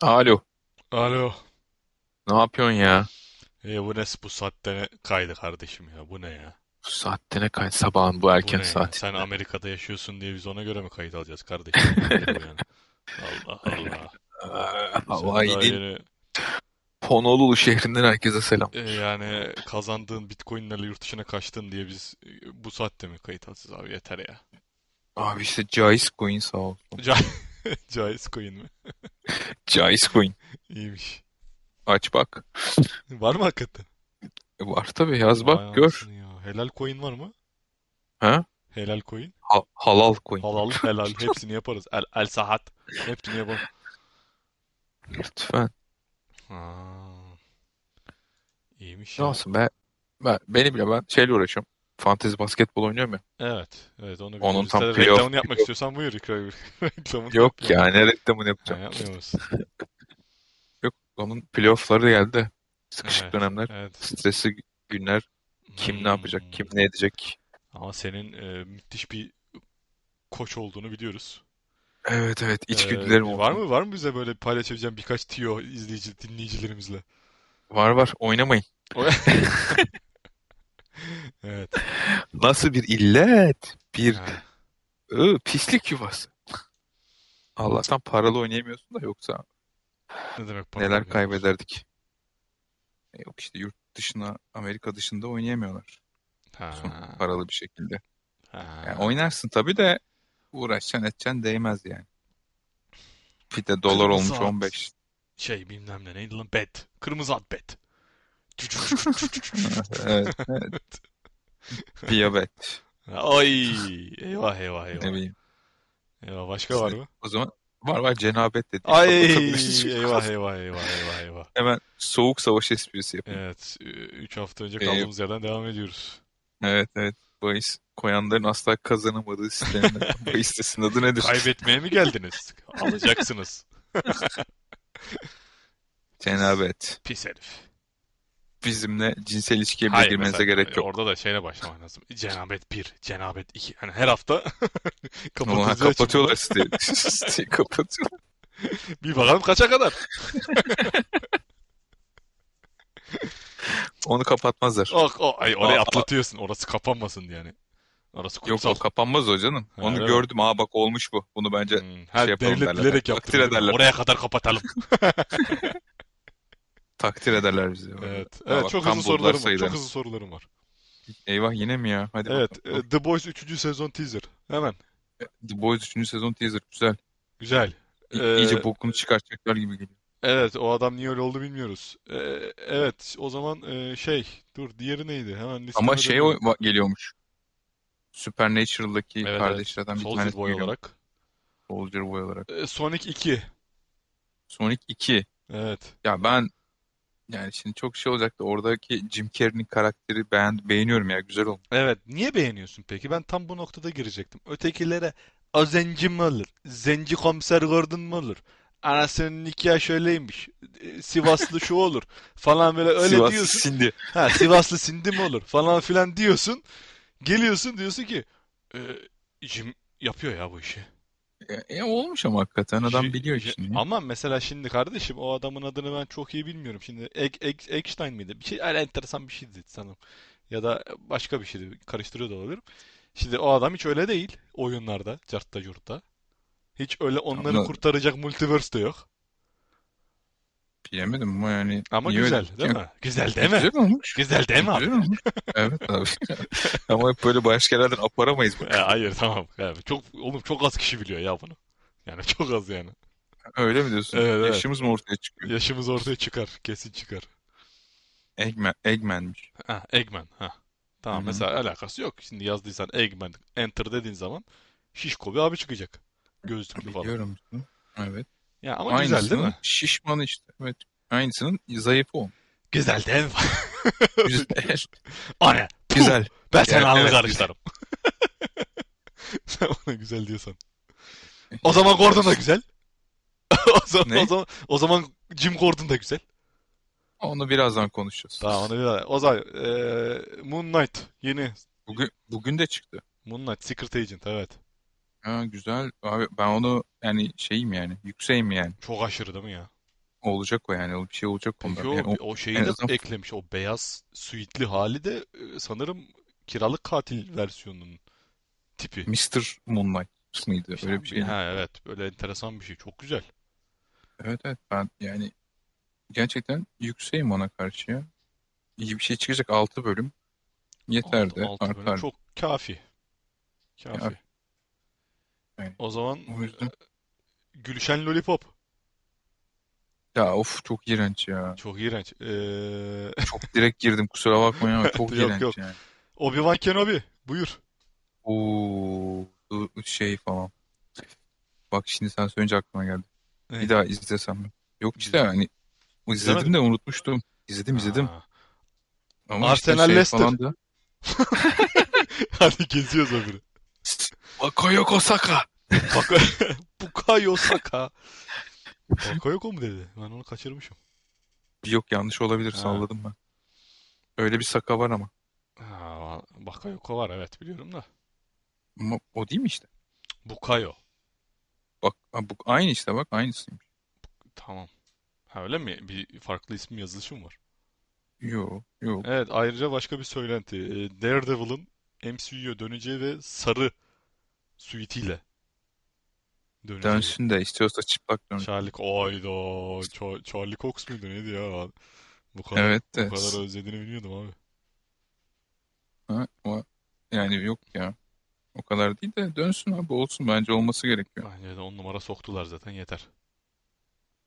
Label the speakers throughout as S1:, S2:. S1: Alo,
S2: Alo.
S1: ne yapıyorsun ya?
S2: E bu ne bu saatte ne kaydı kardeşim ya? Bu ne ya?
S1: Bu saatte ne kaydı sabahın bu
S2: Bu
S1: erken
S2: ne ya? Sen
S1: saatinde.
S2: Amerika'da yaşıyorsun diye biz ona göre mi kayıt alacağız kardeşim? Bu nedir bu yani? Allah Allah.
S1: Ee, Aa,
S2: Sen daha
S1: Hawaii'nin
S2: yeni
S1: Honolulu şehrinden herkese selam.
S2: e, yani kazandığın Bitcoin'lerle yurt dışına kaçtın diye biz e, bu saatte mi kayıt alacağız abi? Yeter ya.
S1: Abi işte caiz coin sağ olsun.
S2: Ca Caiz coin mi?
S1: Caiz coin.
S2: İyiymiş.
S1: Aç bak.
S2: Var mı hakikaten?
S1: E var tabii yaz
S2: Vay
S1: bak gör.
S2: anasını ya. Helal coin var mı?
S1: Ha?
S2: Helal coin.
S1: Ha- halal coin.
S2: Halal, helal. Hepsini yaparız. El, el sahat. Hepsini yaparız.
S1: Lütfen.
S2: Aa, iyiymiş
S1: Ne
S2: ya.
S1: olsun be. Ben, beni bile ben şeyle uğraşıyorum. Fantezi basketbol oynuyorum ya.
S2: Evet, evet onu
S1: Onun
S2: biliyoruz.
S1: tam
S2: Sen
S1: playoff.
S2: reklamını yapmak
S1: playoff-
S2: istiyorsan buyur reklam- reklamını yap
S1: Yok
S2: yani.
S1: ya ne reklamını
S2: Ha,
S1: yapacağım.
S2: yapmıyor musun?
S1: Yok onun playoffları geldi. Sıkışık
S2: Evet,
S1: dönemler.
S2: evet.
S1: Stresli günler. Kim ne yapacak?
S2: Hmm.
S1: Kim ne edecek?
S2: Ama senin e, müthiş bir koç olduğunu biliyoruz.
S1: Evet evet
S2: E,
S1: içgüdülerim
S2: var
S1: olsun.
S2: mı var mı bize böyle paylaşabileceğin birkaç tüyo izleyici dinleyicilerimizle?
S1: Var var oynamayın.
S2: O- Evet.
S1: Nasıl bir illet? Bir
S2: Ha.
S1: ı, pislik yuvası. Allah'tan paralı oynayamıyorsun da yoksa
S2: Ne demek paralı
S1: neler
S2: oynayamıyorsun?
S1: kaybederdik? E, Yok işte yurt dışına, Amerika dışında oynayamıyorlar. Son
S2: Ha.
S1: paralı bir şekilde. Yani
S2: Ha.
S1: oynarsın tabii de uğraşacaksın edeceksin değmez yani. Bir de dolar
S2: Kırmızı
S1: olmuş
S2: at
S1: 15.
S2: şey bilmem ne neydi lan bet. Kırmızı at bet.
S1: Evet, evet. Piyabet.
S2: Ay, eyvah eyvah
S1: Ne
S2: eyvah.
S1: bileyim.
S2: Eyvah başka var
S1: İşte
S2: mı?
S1: o zaman var var cenabet dediğin
S2: Ay,
S1: kapatabilirsin.
S2: eyvah eyvah eyvah eyvah eyvah.
S1: Hemen soğuk savaş esprisi yapayım.
S2: Evet, 3 hafta önce
S1: E,
S2: kaldığımız yerden devam ediyoruz.
S1: Evet evet. Bahis koyanların asla kazanamadığı sitenin bahis sitesinin adı nedir?
S2: Kaybetmeye mi geldiniz? Alacaksınız. Pis,
S1: Cenabet.
S2: pis herif.
S1: Bizimle cinsel ilişkiye bile
S2: Hayır mesela
S1: girmenize
S2: e,
S1: gerek yok.
S2: orada da şeyle başlaman lazım. Cenabet 1, Cenabet 2. Hani her hafta
S1: Ona
S2: kapatılacak şimdi bu.
S1: kapatıyorlar siteyi. Siteyi kapatıyorlar.
S2: Bir bakalım kaça kadar.
S1: Onu kapatmazlar.
S2: Oh, oh, ay orayı
S1: Aa, aa,
S2: atlatıyorsun. Orası kapanmasın yani. Orası
S1: yok o
S2: kutsal.
S1: kapanmaz o canım.
S2: Ha,
S1: Onu
S2: öyle mi?
S1: gördüm. Aa bak olmuş bu. Bunu bence
S2: Hmm,
S1: şey
S2: her
S1: yapalım
S2: devlet
S1: derler.
S2: bilerek yaptı
S1: Takdir
S2: bunu değil mi?
S1: ederler.
S2: Oraya kadar kapatalım.
S1: Takdir ederler bizi. Orada.
S2: Evet.
S1: Aa
S2: Evet
S1: bak
S2: çok hızlı
S1: tam buldular
S2: sorularım var. Çok
S1: sayılarını.
S2: hızlı sorularım var.
S1: Eyvah yine mi ya? Hadi
S2: Evet.
S1: bakalım.
S2: e, The Boys 3. sezon teaser. Hemen.
S1: The Boys 3. sezon teaser. Güzel.
S2: Güzel.
S1: İ
S2: Ee,
S1: iyice bokunu çıkartacaklar gibi geliyor.
S2: evet o adam niye öyle oldu bilmiyoruz. Ee, evet o zaman e, şey dur diğeri neydi? Hemen
S1: Ama
S2: listeme
S1: şey
S2: dönüyorum.
S1: o- geliyormuş. Supernatural'daki
S2: Evet evet.
S1: kardeşlerden bir
S2: Soldier
S1: tanesi
S2: Boy
S1: geliyormuş.
S2: olarak.
S1: Soldier Boy olarak.
S2: Ee, Sonic 2.
S1: Sonic 2.
S2: Evet.
S1: Ya ben yani şimdi çok şey olacak da oradaki Jim Carrey'nin karakteri beğen beğeniyorum ya güzel olmuş.
S2: Evet. Niye beğeniyorsun peki? Ben tam bu noktada girecektim. Ötekilere o zenci mi olur? Zenci komiser Gordon mu olur? Anasının nikahı şöyleymiş. e, Sivaslı şu olur. Falan böyle öyle
S1: Sivaslı
S2: diyorsun.
S1: Sindi.
S2: Ha Sivaslı sindi mi olur falan filan diyorsun. Geliyorsun diyorsun ki e, Jim yapıyor ya bu işi.
S1: E, e, olmuş ama hakikaten adam
S2: Ji-
S1: biliyor
S2: Ji-
S1: işini.
S2: ama mesela şimdi kardeşim o adamın adını ben çok iyi bilmiyorum. Şimdi Ek, Ek, Eckstein miydi? Bir şey öyle enteresan bir şeydi sanırım. Ya da başka bir şeydi. Karıştırıyor da olabilirim. Şimdi o adam hiç öyle değil. Oyunlarda, cartta curtta. Hiç öyle onları
S1: Ama
S2: kurtaracak multiverse de yok.
S1: bilemedim ama yani
S2: Ama
S1: niye öyle?
S2: güzel değil mi? Güzel değil mi?
S1: Güzel olmuş.
S2: Güzel değil mi abi?
S1: Güzel olmuş. Evet abi. Ama hep böyle başka yerlerden aparamayız
S2: E,
S1: bak.
S2: hayır tamam. Yani çok oğlum çok az kişi biliyor ya bunu. Yani çok az yani.
S1: Öyle mi diyorsun?
S2: Evet evet.
S1: Yaşımız mı ortaya çıkıyor?
S2: Yaşımız ortaya çıkar. Kesin çıkar.
S1: Eggman, Eggman'miş.
S2: Ha Eggman. Ha.
S1: Hı
S2: Tamam
S1: hı.
S2: mesela alakası yok. Şimdi yazdıysan Eggman Enter dediğin zaman şişko bir abi çıkacak. Gözlüklü falan.
S1: Biliyorum. bunu. Evet.
S2: Ya ama güzel değil
S1: Aynısının
S2: mi?
S1: şişmanı işte. Evet. Aynısının zayıfı o.
S2: Güzel değil mi?
S1: Güzel.
S2: Ana. Puh.
S1: Güzel.
S2: Ben seni
S1: Evet,
S2: alnı
S1: evet güzel.
S2: karışlarım. Sen bana güzel diyorsan. O
S1: Yani
S2: zaman Gordon da
S1: karıştı.
S2: güzel. O zaman, o
S1: E, Ne?
S2: zaman, o zaman Jim Gordon da güzel.
S1: Onu birazdan konuşacağız.
S2: Tamam onu bir daha. O zaman eee, Moon Knight yeni
S1: Bugün bugün de çıktı.
S2: Moon Knight Secret Agent evet.
S1: Ha, güzel. Abi ben onu yani şeyim yani. Yükseğim yani.
S2: Çok aşırı değil mi ya?
S1: Olacak o yani. O Bir şey olacak ondan.
S2: Peki
S1: Yani
S2: o
S1: o,
S2: o
S1: en
S2: şeyi de
S1: azından
S2: eklemiş. O beyaz suitli hali de e, sanırım kiralık katil versiyonunun tipi.
S1: Mr. Moonlight mıydı?
S2: İşte
S1: Öyle bir şey.
S2: bir,
S1: şeydi.
S2: ha evet böyle enteresan bir şey. Çok güzel.
S1: Evet evet ben yani gerçekten yükseğim ona karşı ya. İyi bir şey çıkacak 6 bölüm.
S2: 6,
S1: Yeter de
S2: 6 bölüm
S1: artar.
S2: çok kafi.
S1: Yani,
S2: Kafi. O zaman
S1: o yüzden
S2: Gülşen Lollipop.
S1: ya of çok iğrenç ya.
S2: Çok iğrenç. Ee,
S1: Çok direkt girdim kusura bakmayın ama çok
S2: Yok yok.
S1: iğrenç yani.
S2: Obi-Wan Kenobi. Buyur.
S1: Oo bu şey falan. Bak şimdi sen söyleyince aklıma geldi. Bir
S2: Ne?
S1: daha izlesem mi? Yok işte
S2: İzle.
S1: hani
S2: İzlemedin
S1: izledim
S2: mi?
S1: de unutmuştum. İzledim izledim.
S2: Ha.
S1: Ama işte
S2: Arsenal
S1: şey
S2: Leicester.
S1: falan da
S2: Hadi geziyoruz öbürü.
S1: Bakayo Osaka.
S2: Bak Bukayo Saka. Bakayoko mu dedi? Ben onu kaçırmışım.
S1: Yok yanlış olabilir
S2: Ha.
S1: salladım ben. Öyle bir Saka var ama.
S2: Ha, Bakayoko var evet biliyorum da.
S1: Ama o değil mi işte?
S2: Bukayo.
S1: Bak ha, bu aynı işte bak aynısıymış.
S2: Tamam. Ha, öyle mi? Bir farklı isim yazılışı mı var?
S1: Yok yok.
S2: Evet ayrıca başka bir söylenti. Ee, Daredevil'ın MCU'ya döneceği ve sarı suitiyle döneceği.
S1: Dönsün de istiyorsa çıplak dönsün.
S2: Charlie Ayda Cha- Charlie Cox muydu neydi ya? Bu kadar
S1: Evet
S2: bu
S1: de.
S2: kadar özlediğini bilmiyordum abi.
S1: Ha, ama yani yok ya. O kadar değil de dönsün abi olsun bence olması gerekiyor.
S2: Bence de on numara soktular zaten yeter.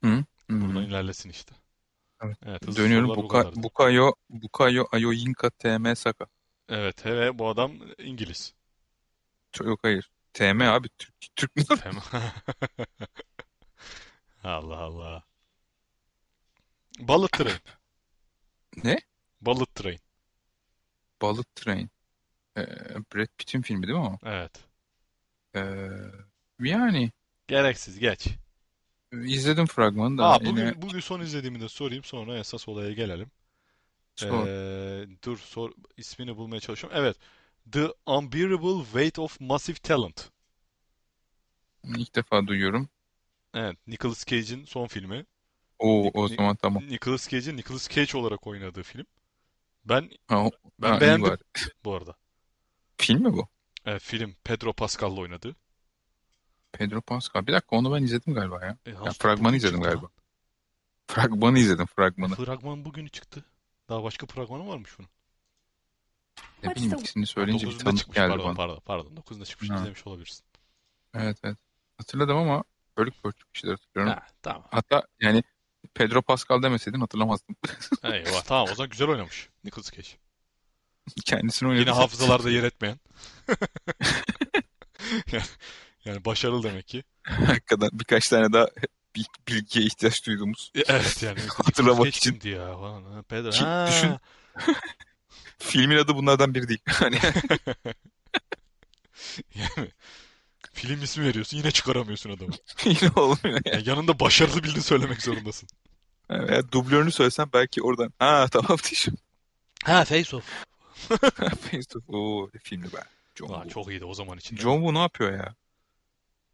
S1: Hı?
S2: Buradan
S1: Hı.
S2: ilerlesin işte.
S1: Evet.
S2: Evet hızlı
S1: Hmm. Dönüyorum.
S2: sorular bu
S1: Buka,
S2: kadardı.
S1: Bukayo, Bukayo Ayoyinka TM Saka.
S2: Evet hele bu adam İngiliz.
S1: Ç- Yok hayır. TM abi Türk, Türk mü?
S2: Tamam. Allah Allah. Bullet Train.
S1: Ne?
S2: Bullet Train.
S1: Bullet Train. Ee, Brad Pitt'in filmi değil mi o?
S2: Evet.
S1: Ee, yani
S2: Gereksiz geç.
S1: izledim fragmanı da
S2: Aa
S1: yine
S2: bugün e, bugün son izlediğimi de sorayım sonra esas olaya gelelim.
S1: sor.
S2: Ee, dur sor ismini bulmaya çalışıyorum. Evet. The Unbearable Weight of Massive Talent.
S1: İlk defa duyuyorum.
S2: Evet, Nicolas Cage'in son filmi.
S1: Oo,
S2: Nic
S1: o
S2: Ni-
S1: zaman tamam.
S2: Nicolas Cage'in Nicolas Cage olarak oynadığı film. Ben
S1: Ha, o-
S2: ben
S1: ha iyi
S2: beğendim
S1: var.
S2: bu arada.
S1: Film mi bu?
S2: Ee, film Pedro Pascal'la oynadı.
S1: Pedro Pascal. Bir dakika onu ben izledim galiba ya.
S2: E,
S1: Ya
S2: Hans Top
S1: fragmanı
S2: bugün
S1: izledim
S2: çıktı lan.
S1: galiba. Fragmanı izledim
S2: E,
S1: fragmanı.
S2: fragman bugün çıktı. Daha başka fragmanı varmış bunun.
S1: Ne
S3: What's
S1: bileyim
S3: the
S1: ikisini
S2: Ha,
S1: söyleyince bir
S2: 9'unda
S1: tanıdık
S2: çıkmış
S1: geldi
S2: pardon
S1: bana.
S2: pardon pardon 9'unda çıkmış
S1: Ha,
S2: izlemiş olabilirsin.
S1: evet evet. Hatırladım ama bölük pörçük bir şeyler hatırlıyorum.
S2: Ha tamam.
S1: Hatta yani Pedro Pascal demeseydin hatırlamazdım.
S2: Eyvah tamam o zaman güzel oynamış Nicolas Cage.
S1: Kendisini
S2: Yine
S1: oynadı zaten.
S2: hafızalarda yer etmeyen. Yani, yani başarılı demek ki.
S1: Hakikaten birkaç tane daha bil- bilgiye ihtiyaç duyduğumuz.
S2: E, Evet yani işte Nicolas
S1: Hatırlamak
S2: Cage
S1: için.
S2: kimdi ya falan. Ha, Pedro.
S1: Ki düşün
S2: Ha.
S1: filmin adı bunlardan biri değil. Hani
S2: Yani film ismi veriyorsun yine çıkaramıyorsun adamı.
S1: yine olmuyor yani.
S2: Yani yanında başarılı birini söylemek zorundasın.
S1: Veya dublörünü söylesem belki oradan. Ha tamam diyeceğim.
S2: Ha Face Off.
S1: Facebook. Oo ne filmdi be. John
S2: Aa,
S1: Woo.
S2: çok iyiydi o zaman için değil
S1: John
S2: mi?
S1: Woo ne yapıyor ya?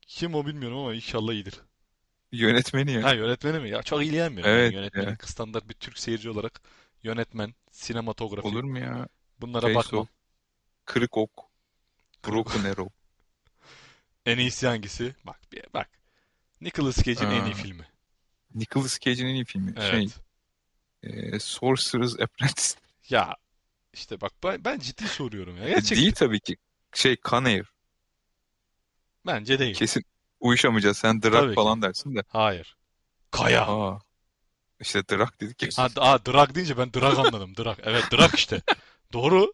S2: Kim o bilmiyorum ama inşallah iyidir.
S1: Yönetmeni ya.
S2: Ha yönetmeni mi? Ya çok ilgilenmiyorum yani
S1: Evet ya.
S2: yönetmenlik standart bir Türk seyirci olarak yönetmen, sinematografi
S1: Olur mu Şey ya?
S2: bunlara
S1: Face
S2: bakmam.
S1: Off, Kırık Ok,
S2: Kırık
S1: Broken Arrow.
S2: en iyisi hangisi? Bak bir bak. Nicolas Cage'in en iyi
S1: Aa,
S2: filmi.
S1: Nicolas Cage'in en iyi filmi. Şey,
S2: Evet.
S1: e, Sorcerer's Apprentice.
S2: Ya işte bak ben, ben ciddi soruyorum ya.
S1: E, değil
S2: Gerçekten.
S1: tabii ki. Şey, Con Air.
S2: Bence değil.
S1: Kesin uyuşamayacağız. Sen Drak
S2: Tabii ki.
S1: falan dersin de.
S2: Hayır. Kaya.
S1: Aa, işte Drak dedik ya.
S2: Ha, d- aa, Drak deyince ben Drak anladım. Drak. Evet Drak işte. Doğru.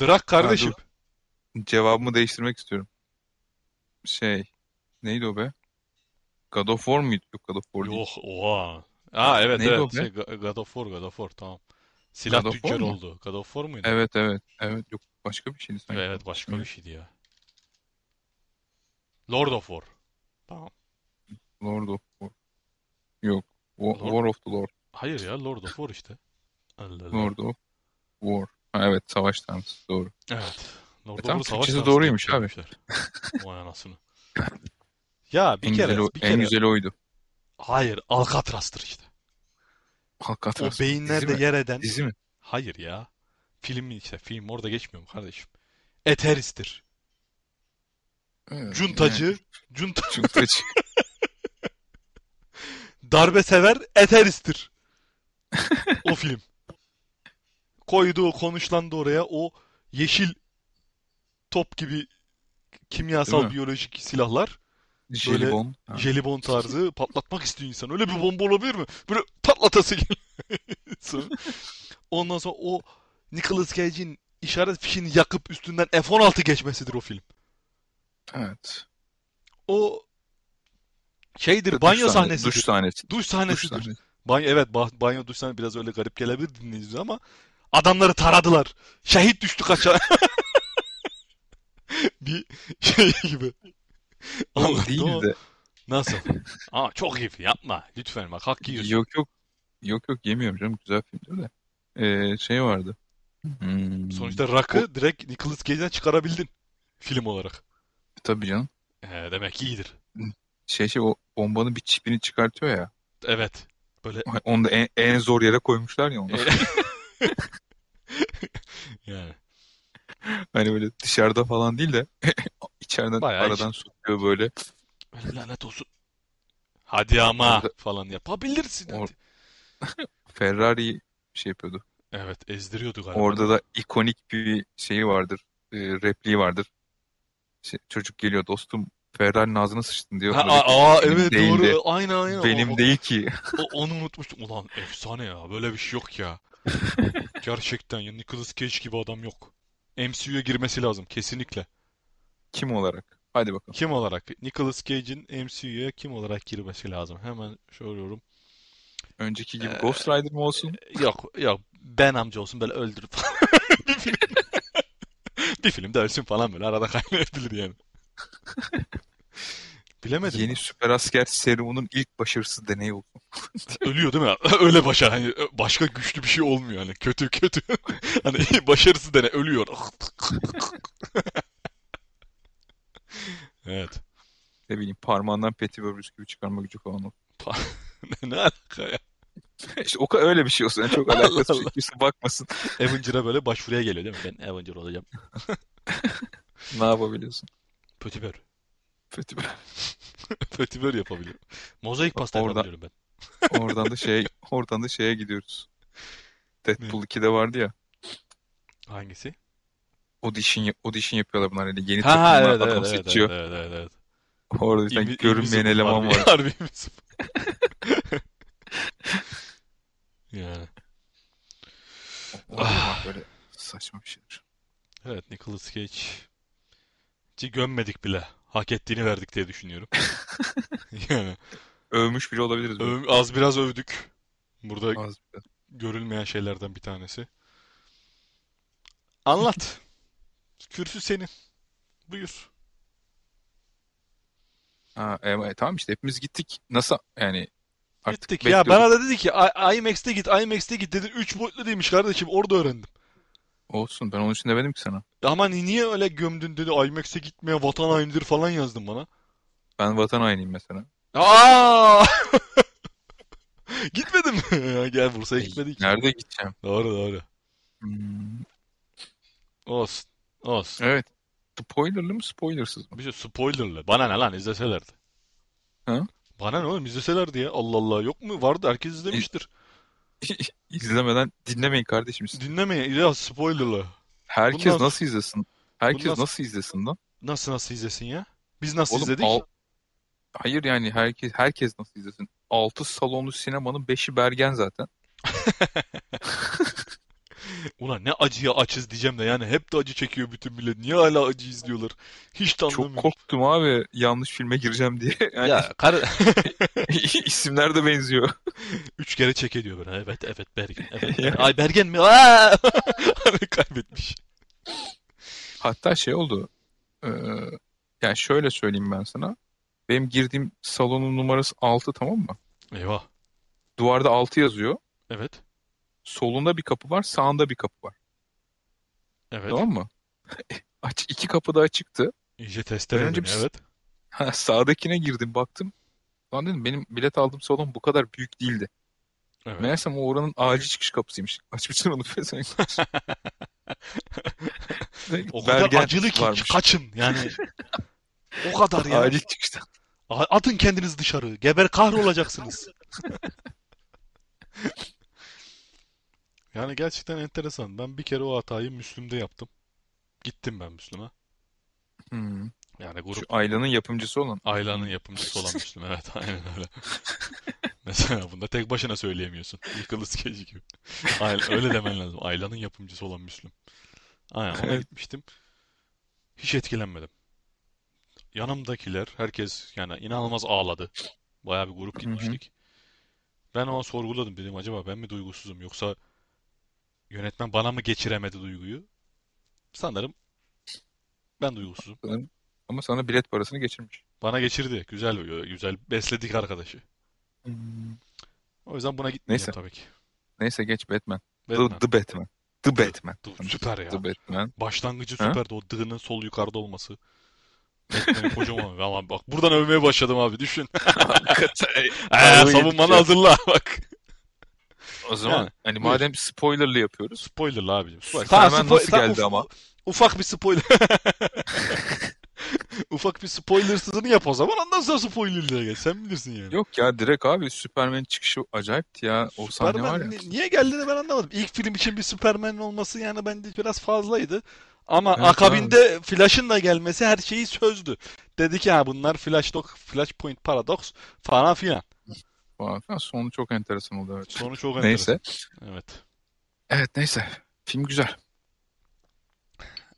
S2: Drak
S1: Ha, dur.
S2: kardeşim.
S1: Cevabımı değiştirmek istiyorum. Şey, neydi o be? God of War muydu? Yok God of War değil.
S2: Yok oha. Aa evet
S1: Neydi
S2: evet.
S1: o
S2: Şey,
S1: be?
S2: Ga- God of War, God of War tamam. Silah
S1: God of War
S2: tüccarı
S1: mu?
S2: oldu. God of War muydu?
S1: Evet evet. Evet yok başka bir şeydi sanki
S2: Evet
S1: o.
S2: başka bir
S1: Öyle.
S2: şeydi ya. Lord of War. Tamam.
S1: Lord of War. Yok. Wa-
S2: Lord...
S1: War of the Lord.
S2: Hayır ya Lord of War işte. Allah Allah.
S1: Lord of War. Ha, evet savaş tanrısı doğru.
S2: Evet.
S1: E
S2: Lord of
S1: tamam
S2: War savaş
S1: Türkçesi
S2: tanrısı diye
S1: doğruymuş abi.
S2: çevirmişler. Vay anasını. Ya bir
S1: En güzel
S2: kere
S1: o,
S2: bir
S1: en
S2: kere
S1: güzel oydu.
S2: Hayır, Alcatraz'tır işte. O
S1: Alcatraz mı? Dizi
S2: beyinlerde
S1: mi?
S2: yer eden
S1: Dizi mi?
S2: Hayır ya. Film işte film orada geçmiyor mu kardeşim? Eteristir.
S1: Ee,
S2: Cuntacı, cunta
S1: yani Cuntacı.
S2: darbe sever Eteristir. O film. Koydu, konuşlandı oraya o yeşil top gibi
S1: Değil
S2: kimyasal
S1: mi?
S2: biyolojik silahlar
S1: Jelibon. Ha.
S2: jelibon tarzı patlatmak istiyor insan. Öyle bir bomba olabilir mi? Böyle patlatası geliyor. Ondan sonra o Nicolas Cage'in işaret fişini yakıp üstünden F-16 geçmesidir o film.
S1: Evet.
S2: O şeydir,
S1: Duş
S2: banyo
S1: sahne-
S2: sahnesidir.
S1: Duş sahnesi.
S2: Duş
S1: Duş
S2: sahnesidir.
S1: sahnesi.
S2: Banyo evet, ba- banyo duş sahnesi biraz öyle garip gelebilir dinleyicimize ama adamları taradılar. Şehit düştük aşağı. Bir şey gibi.
S1: O
S2: Anlattı
S1: değil
S2: o.
S1: de.
S2: Nasıl? Aa çok iyi yapma. Lütfen bak hak yiyorsun.
S1: Yok yok. Yok yok yemiyorum canım. Güzel filmdir de. Ee, şey vardı. Hmm,
S2: Sonuçta Rock'ı direkt Nicolas Cage'den çıkarabildin film olarak.
S1: tabii canım.
S2: Ee, demek ki iyidir.
S1: Şey şey o bombanın bir çipini çıkartıyor ya. Hani
S2: Evet. Böyle
S1: Onu da en, en zor yere koymuşlar ya onu.
S2: yani
S1: Hani böyle dışarıda falan değil de içeriden
S2: Bayağı iç-
S1: aradan sokuyor böyle.
S2: böyle lanet olsun. Hadi ama
S1: Orada-
S2: falan yapabilirsin.
S1: Or-
S2: hadi.
S1: Ferrari şey yapıyordu.
S2: Evet ezdiriyordu galiba.
S1: Orada da ikonik bir şeyi vardır. E, repliği vardır. Şey, çocuk geliyor dostum Ferrari'nin ağzına sıçtın diyor.
S2: Ha,
S1: Böyle,
S2: aa, aa,
S1: benim
S2: evet
S1: değil
S2: doğru.
S1: de.
S2: Aynen aynen.
S1: Benim
S2: O-
S1: değil ki.
S2: o- onu unutmuştum. Ulan efsane ya. Böyle bir şey yok ya. Gerçekten ya Nicolas Cage gibi adam yok. MCU'ya girmesi lazım kesinlikle.
S1: Kim olarak? Hadi bakalım.
S2: Kim olarak? Nicolas Cage'in MCU'ya kim olarak girmesi lazım? Hemen soruyorum.
S1: Önceki gibi
S2: Ee,
S1: Ghost Rider mı olsun?
S2: Yok yok Ben amca olsun böyle öldürüp bir film. bir film de ölsün falan böyle arada kaynayabilir yani. Bilemedim.
S1: Yeni süper asker serumunun ilk başarısı deneyi olsun.
S2: Ölüyor değil mi? Öyle başar. Hani başka güçlü bir şey olmuyor. Hani kötü kötü. Hani başarısı dene ölüyor. Evet.
S1: Ne bileyim parmağından petibör bisküvi çıkarma gücü falan olsun.
S2: Ne alaka ya?
S1: İşte o kadar öyle bir şey olsun. Yani çok
S2: Allah
S1: alakası bir şey.
S2: Allah.
S1: Kimse bakmasın.
S2: Avenger'a böyle başvuruya geliyor değil mi? Ben Avenger olacağım.
S1: Ne yapabiliyorsun?
S2: Pötibör.
S1: Petibör.
S2: Pötibör yapabiliyor. Mozaik pasta
S1: Orada-
S2: yapabiliyorum ben.
S1: Oradan da şey, oradan da şeye gidiyoruz. Deadpool 2'de vardı ya.
S2: Hangisi?
S1: Audition, audition yapıyorlar bunlar. Yani yeni
S2: Ha ha
S1: takımlar
S2: evet
S1: adam
S2: evet evet
S1: E, seçiyor.
S2: evet evet evet. evet.
S1: Orada bir tane
S2: İnvi-
S1: görünmeyen
S2: Invisible
S1: eleman
S2: harbi-
S1: var.
S2: Harbi Invisible. Yani.
S1: Orada bak böyle saçma bir şeydir.
S2: Evet, Nicolas Cage'i gömmedik bile. Hak ettiğini verdik diye düşünüyorum. Yani
S1: Övmüş bile olabiliriz. böyle.
S2: öv- az biraz övdük. Burada
S1: Az bir de.
S2: görülmeyen şeylerden bir tanesi. Anlat. Kürsü senin. Buyur.
S1: Ha, e, tamam işte hepimiz gittik. Nasıl yani artık
S2: Gittik. Ya
S1: bekliyorduk.
S2: bana da dedi ki "I- IMAX'te git, IMAX'te git dedin. 3 boyutlu değilmiş kardeşim. Orada öğrendim.
S1: Olsun ben onun için demedim ki sana.
S2: Ama ni- niye öyle gömdün dedi. IMAX'e gitmeye vatan hainidir falan yazdın bana.
S1: Ben vatan hainiyim mesela.
S2: Aa! Gitmedin mi? Gel Bursa'ya gitmedik.
S1: E, Nerede gideceğim?
S2: Doğru doğru.
S1: Hmm,
S2: Olsun. Olsun.
S1: Evet. Spoilerlı mı spoilersız mı?
S2: Bir şey spoilerlı. Bana ne lan izleselerdi.
S1: Ha?
S2: Bana ne oğlum izleselerdi ya. Allah Allah yok mu? Vardı herkes izlemiştir.
S1: İzlemeden dinlemeyin kardeşim. siz.
S2: Dinlemeyin ya spoilerlı.
S1: Herkes
S2: Bundan-
S1: nasıl izlesin? Herkes
S2: bundan-
S1: nasıl izlesin lan?
S2: Nasıl nasıl izlesin ya? Biz nasıl
S1: Oğlum
S2: izledik?
S1: al- Hayır yani herkes herkes nasıl izlesin? 6 salonlu sinemanın 5'i Bergen zaten.
S2: Ulan ne acıya açız diyeceğim de yani hep de acı çekiyor bütün millet. Niye hala acı izliyorlar? Hiç de
S1: Çok
S2: anlamıyorum.
S1: korktum abi yanlış filme gireceğim diye. Yani
S2: Ya kar
S1: isimler de benziyor.
S2: üç kere çek ediyor böyle. Evet evet Bergen. Evet,
S1: Ya.
S2: Bergen. Ay Bergen mi? Aa! Kaybetmiş.
S1: Hatta şey oldu. Ee, yani şöyle söyleyeyim ben sana. Benim girdiğim salonun numarası 6 tamam mı?
S2: Eyvah.
S1: Duvarda 6 yazıyor.
S2: Evet.
S1: Solunda bir kapı var, sağında bir kapı var.
S2: Evet.
S1: Tamam mı? E, Aç, iki kapı daha çıktı.
S2: İyice testere
S1: Önce
S2: beni.
S1: biz-
S2: Evet.
S1: Ha, sağdakine girdim baktım. Lan dedim benim bilet aldığım salon bu kadar büyük değildi.
S2: Evet.
S1: Meğersem o oranın acil çıkış kapısıymış. Açmışlar onu pezevenk.
S2: O kadar
S1: Bergen
S2: acılı ki
S1: varmış.
S2: kaçın yani. O kadar ya.
S1: Acil çıkışta.
S2: A- Atın kendiniz dışarı. Geber kahrolacaksınız. Yani gerçekten enteresan. Ben bir kere o hatayı Müslüm'de yaptım. Gittim ben Müslüm'e.
S1: Hmm.
S2: Yani
S1: Şu
S2: grup
S1: Ayla'nın yapımcısı olan.
S2: Ayla'nın yapımcısı olan Müslüm. Evet, aynen öyle. Mesela bunda tek başına söyleyemiyorsun. Yıkılı skeci gibi. Ayla, öyle demen lazım. Ayla'nın yapımcısı olan Müslüm. Aynen ona
S1: Evet.
S2: gitmiştim. Hiç etkilenmedim. Yanımdakiler, herkes yani inanılmaz ağladı. Bayağı bir grup
S1: Hı hı.
S2: gitmiştik. Ben o an sorguladım dedim acaba ben mi duygusuzum yoksa yönetmen bana mı geçiremedi duyguyu? Sanırım ben duygusuzum.
S1: Sanırım. Ama sana bilet parasını geçirmiş.
S2: Bana geçirdi. Güzel e, güzel besledik arkadaşı.
S1: Hmm.
S2: O yüzden buna gitmeyeceğim
S1: Neyse.
S2: tabii ki.
S1: Neyse geç Batman. The,
S2: Batman.
S1: the Batman. The
S2: Dı.
S1: Batman.
S2: Dı. Süper ya.
S1: The Batman.
S2: Başlangıcı
S1: Ha?
S2: süperdi. O dığının sol yukarıda olması. Batman kocaman. Valla bak buradan övmeye başladım abi. Düşün.
S1: Hakikaten.
S2: Ee,
S1: Ayvayı yedik
S2: savunmanı
S1: ya.
S2: hazırla bak.
S1: O zaman
S2: Yani
S1: hani
S2: buyur.
S1: madem spoilerlı yapıyoruz.
S2: Spoilerlı abicim. Spoiler. Tamam,
S1: Superman
S2: spoiler.
S1: nasıl
S2: Tamam,
S1: geldi
S2: uf-
S1: ama?
S2: ufak bir spoiler. Ufak bir spoilersızını yap o zaman. Ondan sonra spoilerlığa geç. Sen bilirsin yani.
S1: Yok ya direkt abi Superman çıkışı acayipti ya. O sahne var
S2: Superman
S1: ya.
S2: ni- niye geldiğini ben anlamadım. İlk film için bir Superman olması yani bence biraz fazlaydı. Ama
S1: Evet abi.
S2: akabinde Flash'ın da gelmesi her şeyi sözdü. Dedi ki ha bunlar Flash Doc, Flashpoint Paradox falan filan.
S1: Falan filan. Sonu çok enteresan oldu evet.
S2: Sonu çok enteresan.
S1: Neyse.
S2: Evet.
S1: Evet neyse. Film güzel.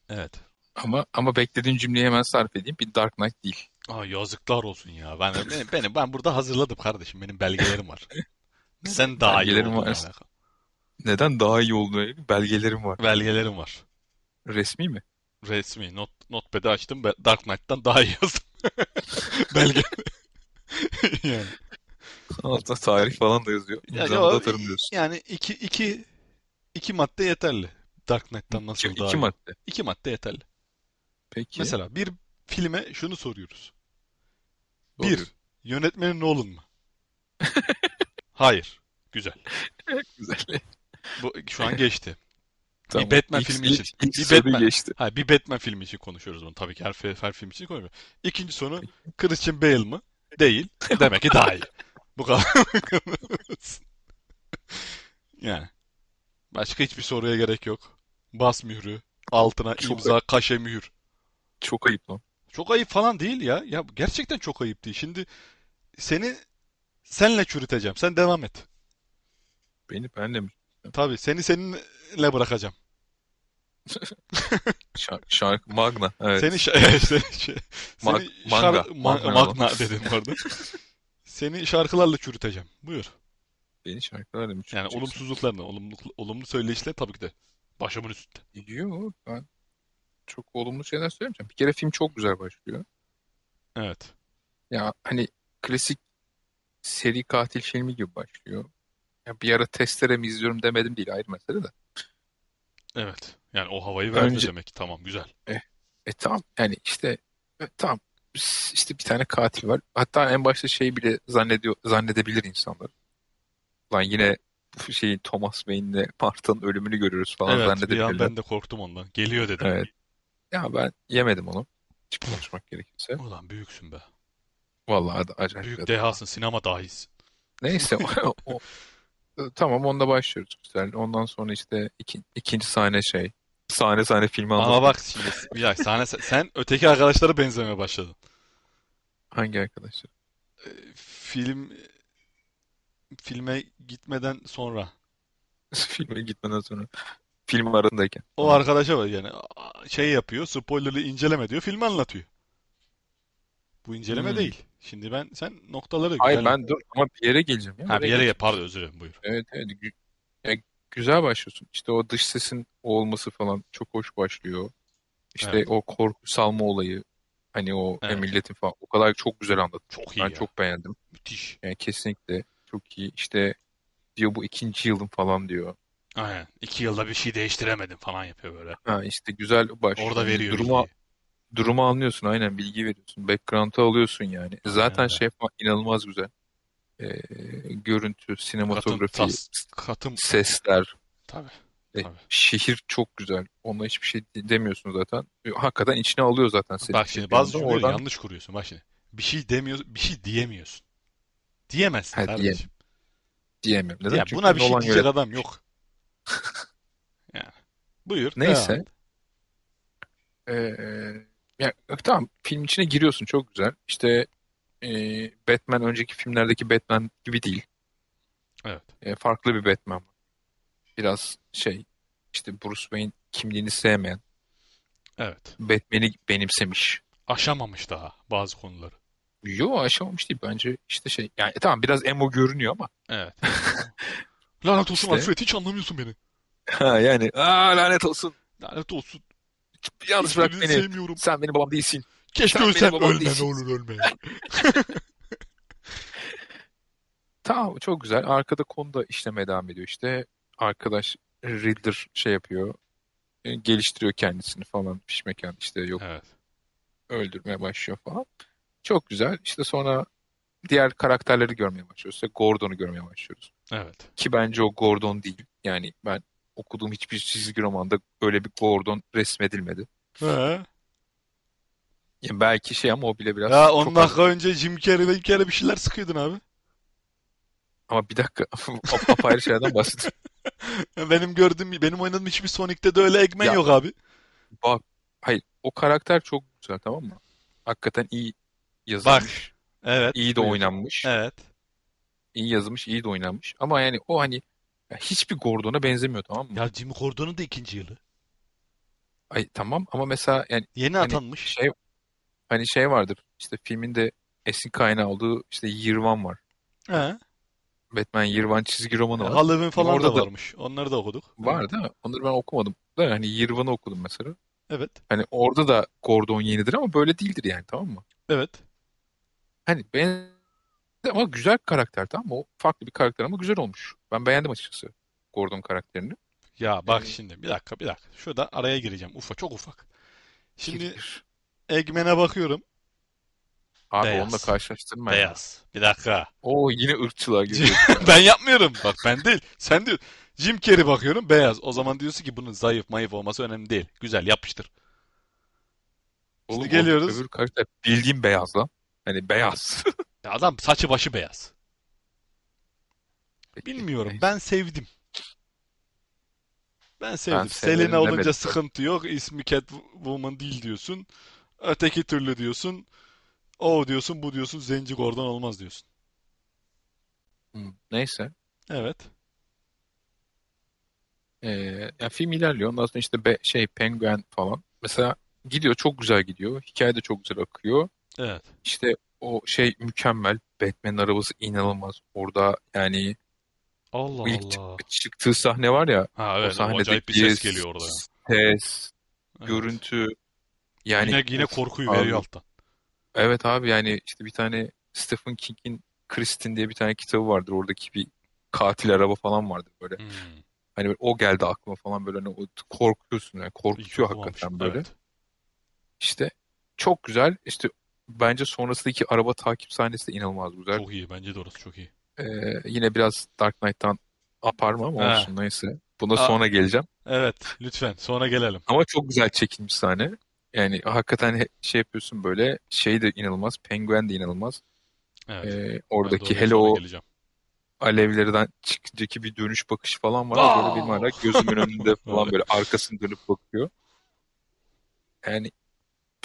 S2: Evet.
S1: Ama ama beklediğim cümleyi hemen sarf edeyim. Bir Dark Knight değil.
S2: Aa yazıklar olsun ya. Ben benim, benim- ben burada hazırladım kardeşim. Benim belgelerim var. Sen daha iyi
S1: Belgelerim
S2: olduğuna
S1: var.
S2: alakalı.
S1: Neden daha iyi olduğuna ilgili belgelerim var.
S2: Belgelerim var.
S1: Resmi mi?
S2: Resmi not notepad'i açtım. Be- Dark Knight'tan daha iyi yazdım. Belge. Yani.
S1: Altta tarih falan da yazıyor.
S2: Yani
S1: İmzamı da
S2: o
S1: atarım diyorsun.
S2: yani iki iki iki madde yeterli. Dark Knight'tan
S1: İki,
S2: nasıl daha
S1: iki
S2: iyi?
S1: madde.
S2: İki madde yeterli.
S1: Peki.
S2: Mesela bir filme şunu soruyoruz.
S1: Doğru.
S2: Bir, yönetmenin Nolan mı? Hayır. Güzel.
S1: Güzel.
S2: Bu şu an geçti. Bir
S1: Tamam.
S2: Batman
S1: İlk,
S2: filmi için.
S1: ilk, ilk
S2: Bir
S1: soru
S2: Batman.
S1: geçti.
S2: Ha bir Batman filmi için konuşuyoruz bunu. Tabii ki her, fi- her film için konuşmuyoruz. İkinci soru Christian Bale mı? Değil. Demek ki daha iyi. Bu kadar. Yani. Başka hiçbir soruya gerek yok. Bas mührü, altına
S1: Çok
S2: imza, kaşe mühür.
S1: çok ayıp lan.
S2: Çok ayıp falan değil ya. Ya gerçekten çok ayıp değil. Şimdi seni senle çürüteceğim. Sen devam et.
S1: Beni benle mi?
S2: Tabii seni seninle bırakacağım.
S1: Şarkı, şarkı Magna.
S2: Seni
S1: Evet.
S2: şa- seni, şey-
S1: Mag-
S2: seni şar
S1: manga.
S2: ma-
S1: Magna olan.
S2: magna dedim orada. Seni şarkılarla çürüteceğim. Buyur.
S1: Beni şarkılarla mı
S2: Yani
S1: çürüteceksin?
S2: olumsuzluklarla, olumlu, olumlu söyleyişle tabii ki de başımın üstünde.
S1: Yok. Ben çok olumlu şeyler söylemeyeceğim. Bir kere film çok güzel başlıyor.
S2: Evet.
S1: Ya hani klasik seri katil filmi gibi başlıyor. Ya bir ara testere mi izliyorum demedim değil ayrı mesele de.
S2: Evet. Yani o havayı verdi
S1: Önce
S2: demek ki. Tamam güzel.
S1: e, e tamam yani işte e, tamam Biz- işte bir tane katil var. Hatta en başta şey bile zannediyor zannedebilir insanlar. Lan yine bu şeyin Thomas Wayne'le Martha'nın ölümünü görüyoruz falan
S2: Evet, bir an
S1: zannedebilirler.
S2: ben de korktum ondan. Geliyor dedim.
S1: Evet. Ya ben yemedim onu. Açık konuşmak gerekirse.
S2: Ulan büyüksün be.
S1: Vallahi da acayip bir
S2: Büyük
S1: adam.
S2: dehasın, sinema dahisin.
S1: Neyse o, o- e, tamam onda başlıyoruz güzel. Ondan sonra işte iki- ikinci sahne şey. Sahne sahne filmi
S2: Ama
S1: anlatmak.
S2: bak şimdi bir dakika, sana, sen, sen öteki arkadaşlara benzemeye başladın.
S1: Hangi arkadaşlar?
S2: Ee, Film filme gitmeden sonra
S1: Filme gitmeden sonra. Film arasındayken
S2: o
S1: falan.
S2: arkadaşa bak yani a- şey yapıyor, spoilerlı inceleme diyor, filmi anlatıyor. Bu inceleme
S1: Hmm.
S2: değil. Şimdi ben sen noktaları
S1: Hayır
S2: güzel.
S1: ben dur ama bir yere geleceğim ya.
S2: Ha bir
S1: Oraya
S2: yere
S1: geleceğim.
S2: gel pardon özür dilerim buyur.
S1: Evet evet. Gü- ya güzel başlıyorsun. İşte o dış sesin olması falan çok hoş başlıyor. İşte
S2: Evet.
S1: o korku salma olayı hani o
S2: Evet.
S1: milletin falan o kadar çok güzel anlatılmış.
S2: Çok
S1: Ben
S2: iyi ya.
S1: çok beğendim.
S2: Müthiş.
S1: Yani kesinlikle çok iyi. İşte diyor bu ikinci yılım falan diyor.
S2: Aynen. İki yılda bir şey değiştiremedim falan yapıyor böyle.
S1: Ha işte güzel başlıyor.
S2: Orada
S1: Hani
S2: veriyor
S1: duruma
S2: bilgiyi.
S1: durumu anlıyorsun aynen bilgi veriyorsun. Background'ı alıyorsun yani. Zaten
S2: Aynen.
S1: şey falan inanılmaz güzel. Ee, görüntü,
S2: Katım,
S1: sinematografi,
S2: tas, katım.
S1: sesler,
S2: Tabii.
S1: e,
S2: Tabii.
S1: şehir çok güzel. Ona hiçbir şey de- demiyorsun zaten. Hakikaten içine alıyor zaten seni.
S2: Bak
S1: Bir
S2: şimdi bazı
S1: anda
S2: cümleleri
S1: oradan
S2: yanlış kuruyorsun. Bak şimdi. Bir şey demiyorsun, bir şey diyemiyorsun. Diyemezsin
S1: Ha,
S2: kardeşim.
S1: diyemem. diyemem. Neden?
S2: Ya
S1: Çünkü
S2: buna bir şey
S1: Nolan
S2: diyecek
S1: yönetmen.
S2: adam yok. Yani. Buyur, devam
S1: Neyse.
S2: et.
S1: Ee, ya, tamam film içine giriyorsun çok güzel. İşte e, Batman önceki filmlerdeki Batman gibi değil.
S2: Evet.
S1: E, farklı bir Batman var. Biraz şey işte Bruce Wayne kimliğini sevmeyen,
S2: Evet.
S1: Batman'i benimsemiş.
S2: Aşamamış daha bazı konuları.
S1: Yo aşamamış değil bence işte şey yani tamam biraz emo görünüyor ama
S2: Evet. Lanet olsun
S1: İşte.
S2: Alfred hiç anlamıyorsun beni.
S1: ha, yani aa lanet olsun
S2: Lanet olsun.
S1: yalnız bırak
S2: Hiçbirini
S1: beni
S2: sevmiyorum.
S1: sen benim babam değilsin.
S2: Keşke
S1: Sen benim
S2: ölsem.
S1: babam
S2: Ölme ne
S1: değilsin.
S2: olur ölme.
S1: Tamam çok güzel arkada konu da işlemeye devam ediyor işte arkadaş Riddler şey yapıyor e, geliştiriyor kendisini falan pişmekan işte yok
S2: Evet.
S1: öldürmeye başlıyor falan. Çok güzel. İşte sonra diğer karakterleri görmeye başlıyoruz. İşte Gordon'u görmeye başlıyoruz.
S2: Evet.
S1: Ki bence o Gordon değil. Yani ben okuduğum hiçbir çizgi romanda öyle bir Gordon resmedilmedi.
S2: Ha?
S1: Yani belki şey ama o bile biraz
S2: Ya
S1: çok
S2: 10 dakika önce Jim Carrey ve Carrey bir şeyler sıkıyordun abi.
S1: Ama bir dakika ap- apayrı şeylerden bahsediyorum.
S2: Benim gördüğüm, benim oynadığım hiçbir Sonic'te de öyle Eggman
S1: Ya.
S2: yok abi.
S1: Bak, hayır o karakter çok güzel tamam mı? Hakikaten iyi yazılmış.
S2: Evet.
S1: iyi de
S2: buyur.
S1: oynanmış.
S2: Evet.
S1: iyi yazılmış, iyi de oynanmış. Ama yani o hani ya hiçbir Gordon'a benzemiyor tamam mı?
S2: Ya Jim Gordon'un da ikinci yılı.
S1: Ay, tamam ama mesela yani
S2: Yeni
S1: Hani
S2: atanmış.
S1: şey hani şey vardır. İşte filmin de esin kaynağı olduğu işte Yirvan var.
S2: He.
S1: Batman Yirvan çizgi romanı var.
S2: Halloween
S1: Hani
S2: falan da
S1: orada da
S2: varmış. Onları da okuduk. Evet.
S1: var değil mi? Onları ben okumadım. Da hani Yirvan'ı okudum mesela.
S2: Evet.
S1: Hani orada da Gordon yenidir ama böyle değildir yani tamam mı?
S2: Evet.
S1: Hani ben ama güzel karakter tamam mı? O farklı bir karakter ama güzel olmuş. Ben beğendim açıkçası Gordon karakterini.
S2: Ya bak
S1: Ee,
S2: şimdi bir dakika bir dakika. Şurada araya gireceğim. Ufa çok ufak. Şimdi
S1: gir.
S2: Eggman'e bakıyorum.
S1: Abi onunla
S2: Beyaz.
S1: karşılaştırma ya.
S2: Beyaz. Bir dakika.
S1: Oo yine ırkçılığa
S2: Jim-
S1: giriyoruz ya.
S2: Ben yapmıyorum. Bak ben değil. Sen diyor. Jim Carrey bakıyorum beyaz. O zaman diyorsun ki bunun zayıf mayıf olması önemli değil. Güzel yapıştır. Şimdi
S1: Oğlum o
S2: geliyoruz.
S1: öbür karakter bildiğim beyaz lan. Hani beyaz.
S2: Ya adam saçı başı beyaz.
S1: Peki,
S2: Bilmiyorum.
S1: neyse.
S2: Ben sevdim. Ben
S1: Ben
S2: sevdim. Selena
S1: severim
S2: olunca
S1: demedim.
S2: sıkıntı yok. İsmi Catwoman değil diyorsun. Öteki türlü diyorsun. O diyorsun, bu diyorsun. Zenci Gordon olmaz diyorsun.
S1: Hı, Hmm, Neyse.
S2: Evet.
S1: Ee, ya film ilerliyor. Ondan sonra işte be, şey Penguin falan. Mesela gidiyor çok güzel gidiyor. Hikaye de çok güzel akıyor.
S2: Evet.
S1: İşte o şey mükemmel. Batman'in arabası inanılmaz. Orada yani
S2: Allah
S1: o ilk
S2: Allah.
S1: çık- çıktığı sahne var ya
S2: Ha
S1: o
S2: evet, o acayip bir
S1: sahnedeki
S2: ses geliyor orada ya.
S1: ses,
S2: Evet.
S1: görüntü yani
S2: Yine yine
S1: of
S2: korkuyu veriyor
S1: abi.
S2: alttan.
S1: Evet abi yani işte bir tane Stephen King'in Christine diye bir tane kitabı vardır. Oradaki bir katil araba falan vardır böyle.
S2: Hmm.
S1: Hani böyle o geldi aklıma falan böyle hani o korkuyorsun yani
S2: İyi ki
S1: korkutuyor
S2: okumamışım.
S1: hakikaten böyle.
S2: Evet.
S1: İşte çok güzel işte bence sonrasındaki araba takip sahnesi de inanılmaz güzel.
S2: Çok iyi. Bence de orası çok iyi.
S1: Ee, yine biraz Dark Knight'tan aparma ama
S2: Ha.
S1: olsun neyse. Buna
S2: Aa,
S1: sonra geleceğim.
S2: evet. Lütfen. Sonra gelelim.
S1: Ama çok güzel çekilmiş sahne. Yani hakikaten he- şey yapıyorsun böyle şey de inanılmaz. Penguen de inanılmaz.
S2: Evet.
S1: Ee,
S2: Ben de
S1: oradaki
S2: oraya
S1: hele
S2: sonra
S1: o
S2: geleceğim.
S1: alevlerden çıkıncaki bir dönüş bakışı falan var ama böyle bir
S2: Wow!
S1: ara gözümün önünde falan
S2: Evet.
S1: böyle arkasını dönüp bakıyor. Yani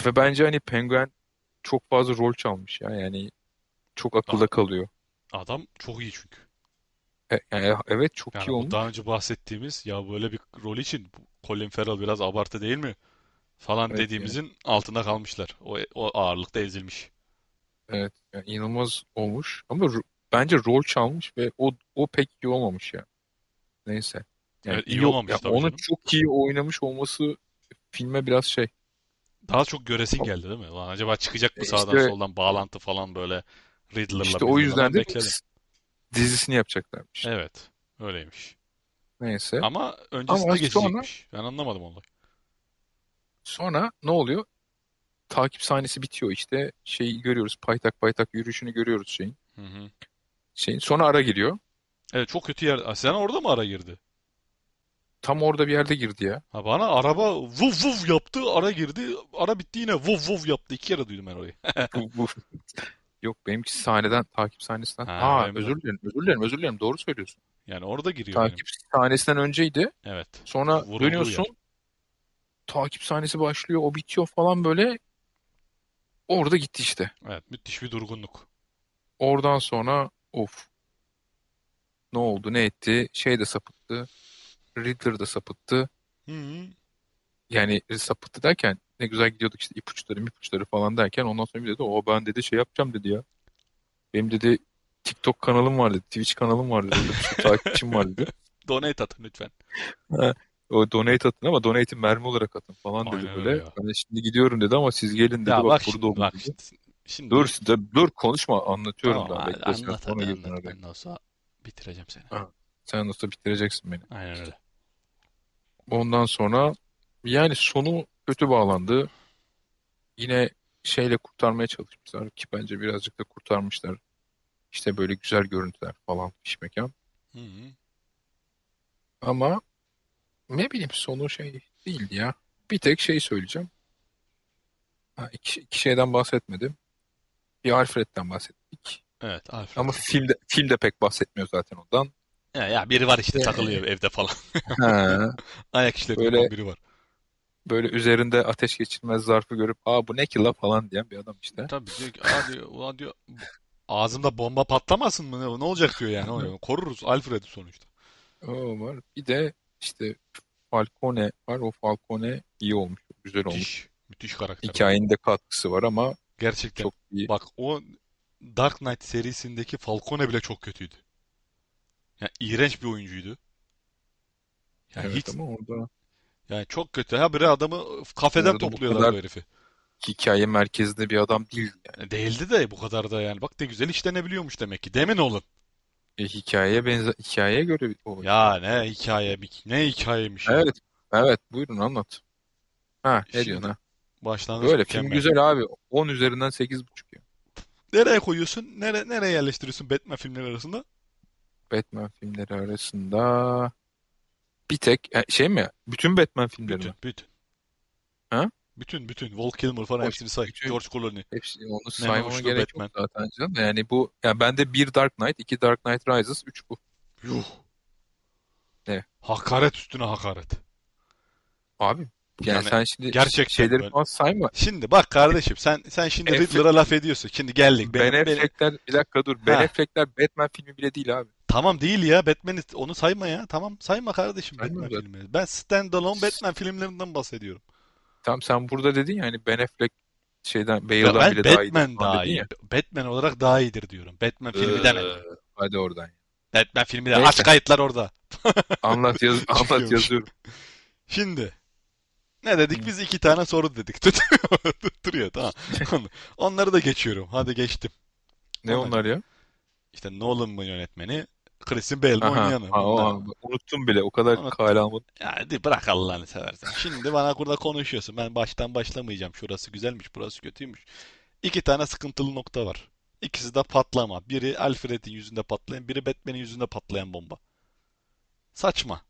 S1: Ve bence hani Penguin çok fazla rol çalmış ya. Yani çok
S2: A-
S1: akılda kalıyor.
S2: Adam çok iyi çünkü.
S1: E- yani evet çok iyi
S2: Yani bu
S1: olmuş.
S2: daha önce bahsettiğimiz ya böyle bir rol için bu Colin Farrell biraz abartı değil mi? Falan
S1: Evet yani.
S2: dediğimizin altında kalmışlar. O, o ağırlıkta ezilmiş.
S1: Evet. Yani inanılmaz olmuş. Ama ro- bence rol çalmış ve o o pek iyi olmamış ya. Neyse. Yani
S2: Evet iyi
S1: iyi o- ya
S2: olmamış tabii
S1: onun
S2: canım.
S1: çok iyi oynamış olması filme biraz şey.
S2: Daha çok göresin geldi değil mi? Lan acaba çıkacak
S1: E
S2: mı sağdan
S1: İşte
S2: soldan bağlantı falan böyle
S1: işte
S2: Riddler'la
S1: o
S2: Riddler'la
S1: yüzden
S2: ben
S1: de
S2: bekledim.
S1: dizisini yapacaklarmış.
S2: Evet öyleymiş.
S1: Neyse.
S2: Ama
S1: Ama
S2: öncesinde
S1: sonra
S2: geçecekmiş. Ben anlamadım olayı.
S1: sonra ne oluyor? takip sahnesi bitiyor işte. Şeyi görüyoruz. Paytak paytak yürüyüşünü görüyoruz şeyin.
S2: Hı hı.
S1: Şeyin sonra ara giriyor.
S2: Evet çok kötü yer. Aa, Sen orada mı ara girdi?
S1: Tam orada bir yerde girdi ya.
S2: Ha bana araba vuv vuv yaptı, ara girdi. Ara bitti yine vuv vuv yaptı. İki kere duydum ben orayı.
S1: Bu, bu. Yok benimki sahneden takip sahnesinden.
S2: Ha,
S1: Ha
S2: benim de.
S1: özür dilerim özür dilerim özür dilerim doğru söylüyorsun.
S2: Yani orada giriyor benim.
S1: Takip sahnesinden önceydi.
S2: Evet.
S1: Sonra
S2: Vurulduğu
S1: dönüyorsun.
S2: yer.
S1: Takip sahnesi başlıyor. O bitiyor falan böyle. Orada gitti işte.
S2: Evet, müthiş bir durgunluk.
S1: Oradan sonra of ne oldu ne etti şey de sapıttı. Riddler de sapıttı.
S2: Hı hı.
S1: Yani e, sapıttı derken ne güzel gidiyorduk işte ipuçları ipuçları falan derken ondan sonra bir dedi o ben dedi şey yapacağım dedi ya. Benim dedi TikTok kanalım var dedi. Twitch kanalım var dedi. Orada bir sürü takipçim var dedi.
S2: Donate atın lütfen.
S1: Ha, O donate atın ama donate'i mermi olarak atın falan dedi
S2: Aynen
S1: böyle.
S2: öyle ya.
S1: Ben de şimdi gidiyorum dedi ama siz gelin dedi
S2: Ya
S1: bak
S2: bak
S1: burada
S2: şimdi, bak
S1: oldu dedi.
S2: şimdi. Şimdi
S1: Dur siz de- dur konuşma anlatıyorum
S2: tamam
S1: daha
S2: hadi
S1: bekle sen
S2: anlat
S1: sonra
S2: hadi
S1: gelin
S2: anlat.
S1: oraya.
S2: Ben de olsa bitireceğim seni.
S1: Ha, Sen nasıl bitireceksin beni.
S2: Aynen öyle.
S1: Ondan sonra yani sonu kötü bağlandı. Yine şeyle kurtarmaya çalışmışlar ki bence birazcık da kurtarmışlar. İşte böyle güzel görüntüler falan iş mekan.
S2: Hı hı.
S1: Ama ne bileyim sonu şey değildi ya. Bir tek şey söyleyeceğim. Ha, iki, iki şeyden bahsetmedim. Bir Alfred'den bahsettik.
S2: Evet Alfred.
S1: Ama filmde filmde pek bahsetmiyor zaten ondan.
S2: Ya, ya biri var işte
S1: Yani.
S2: takılıyor evde falan.
S1: Ha,
S2: Ayak işleri
S1: Böyle-
S2: yapan biri var.
S1: böyle üzerinde ateş geçirmez zarfı görüp "Aa bu ne ki la?" falan diyen bir adam işte.
S2: Tabii diyor ki "Aa," diyor, ulan diyor ağzımda bomba patlamasın mı? Ne, ne olacak diyor yani. O- Koruruz Alfred'i sonuçta.
S1: O var. Bir de işte Falcone var. O Falcone iyi olmuş. Güzel olmuş.
S2: Müthiş. Müthiş karakter. o.
S1: Hikayenin de katkısı var ama
S2: Gerçekten.
S1: çok iyi.
S2: Bak o Dark Knight serisindeki Falcone bile çok kötüydü. Ya iğrenç bir oyuncuydu. Ya
S1: Evet
S2: hiç
S1: ama orada
S2: yani çok kötü. Ha biri adamı kafeden
S1: orada bu
S2: topluyorlardı
S1: kadar
S2: o herifi.
S1: hikaye merkezinde bir adam değil yani.
S2: E, Değildi de bu kadar da yani. Bak ne güzel işlenebiliyormuş demek ki. Değil mi oğlum?
S1: E, hikayeye benze hikayeye göre bir o.
S2: Ya ne hikaye ne hikayemiş ya.
S1: Evet. Evet, buyurun anlat. Ha, ne
S2: Şimdi
S1: diyorsun ha?
S2: başlangıç
S1: Böyle film
S2: Şey, mükemmel.
S1: güzel abi. 10 üzerinden 8,5 ya.
S2: Nereye koyuyorsun? Nere, nereye yerleştiriyorsun Batman filmleri arasında?
S1: Batman filmleri arasında bir tek e, şey mi? Bütün Batman filmleri
S2: Bütün,
S1: mi?
S2: bütün.
S1: Ha?
S2: Bütün, bütün. Val Kilmer falan
S1: Hoş,
S2: hepsini say.
S1: bütün
S2: George Clooney.
S1: Hepsi onu
S2: Man
S1: saymama
S2: olmuştu
S1: gerek yok
S2: Batman.
S1: zaten canım. Yani bu yani bende bir Dark Knight, iki Dark Knight Rises, üç bu.
S2: Yuh.
S1: Ne?
S2: Hakaret üstüne hakaret.
S1: Abi yani
S2: Yani
S1: sen şimdi ş-
S2: gerçekten
S1: şeyleri
S2: böyle.
S1: falan sayma.
S2: Şimdi bak kardeşim sen sen şimdi
S1: Ben
S2: Riddler'a laf ediyorsun. Şimdi geldik
S1: Ben şey-
S2: benim benim.
S1: Affleck'ler bir dakika dur. Ben
S2: Ha.
S1: Affleck'ler Batman filmi bile değil abi.
S2: Tamam değil ya Batman'i onu sayma ya. Tamam sayma kardeşim
S1: Sayma
S2: Batman
S1: zaten.
S2: filmi. Ben standalone Batman filmlerinden bahsediyorum.
S1: Tam sen burada dedin ya hani Ben Affleck şeyden
S2: Ben,
S1: Bale'dan
S2: ben
S1: bile daha iyidir
S2: Batman
S1: falan
S2: daha
S1: dedin
S2: iyi.
S1: ya.
S2: Batman olarak daha iyidir diyorum. Batman filmi demedim.
S1: Ee, hadi oradan.
S2: Batman filmi de aç
S1: Neyse
S2: kayıtlar orada.
S1: anlat yaz anlat
S2: Çıkıyormuş.
S1: yazıyorum.
S2: Şimdi ne
S1: Hı.
S2: dedik? Biz iki tane soru dedik. Tutuyor, tutuyor tamam. Onları da geçiyorum. Hadi geçtim.
S1: Ne
S2: Onlar
S1: onlar ya?
S2: işte Nolan mı yönetmeni? Christian Bale mi
S1: Aha.
S2: oynayanı?
S1: Ha, o,
S2: Bunlar.
S1: ha. Unuttum bile. O kadar
S2: Unuttum.
S1: kale almadım.
S2: Yani bırak Allah'ını seversen. Şimdi bana burada konuşuyorsun. Ben baştan başlamayacağım. Şurası güzelmiş, burası kötüymüş. İki tane sıkıntılı nokta var. İkisi de patlama. Biri Alfred'in yüzünde patlayan, biri Batman'in yüzünde patlayan bomba. Saçma.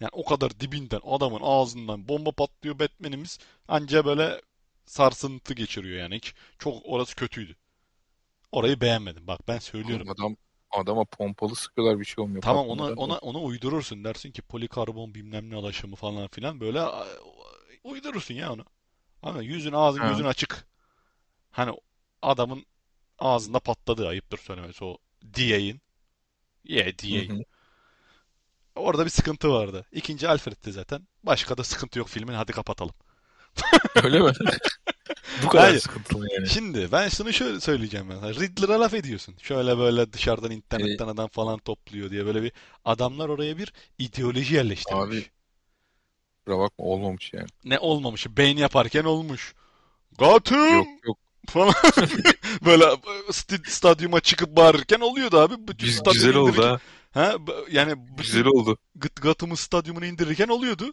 S2: Yani o kadar dibinden, adamın ağzından bomba patlıyor Batman'imiz. Anca böyle sarsıntı geçiriyor yani. Hiç, çok orası kötüydü. Orayı beğenmedim. Bak ben söylüyorum.
S1: Oğlum adam adama pompalı sıkıyorlar bir şey olmuyor
S2: Tamam ona
S1: patlamadan da.
S2: ona ona uydurursun dersin ki polikarbon bilmem ne alaşımı falan filan böyle a- uydurursun ya onu. Ama yüzün ağzın
S1: Ha.
S2: gözün açık. Hani adamın ağzında patladı ayıptır söylemesi o DA'in. Yeah
S1: Hı
S2: DA.
S1: hı.
S2: Orada bir sıkıntı vardı. İkinci Alfred'ti zaten. Başka da sıkıntı yok filmin. Hadi kapatalım.
S1: Öyle mi? Bu kadar
S2: Hayır.
S1: sıkıntılı yani.
S2: Şimdi ben şunu şöyle söyleyeceğim ben. sana. Riddler'a laf ediyorsun. Şöyle böyle dışarıdan
S1: E,
S2: internetten adam falan topluyor diye böyle bir adamlar oraya bir ideoloji
S1: abi
S2: yerleştirmiş.
S1: kusura bakma olmamış yani.
S2: ne olmamış. Beyin yaparken olmuş.
S1: Yok
S2: Gotham
S1: yok.
S2: falan böyle st- stadyuma çıkıp bağırırken oluyordu abi. Bütün
S1: Güz-
S2: stadyumu
S1: güzel oldu
S2: indirirken
S1: ha.
S2: ha b- yani
S1: Güzel
S2: bütün
S1: oldu.
S2: Gıt- Gotham'ın stadyumunu indirirken oluyordu.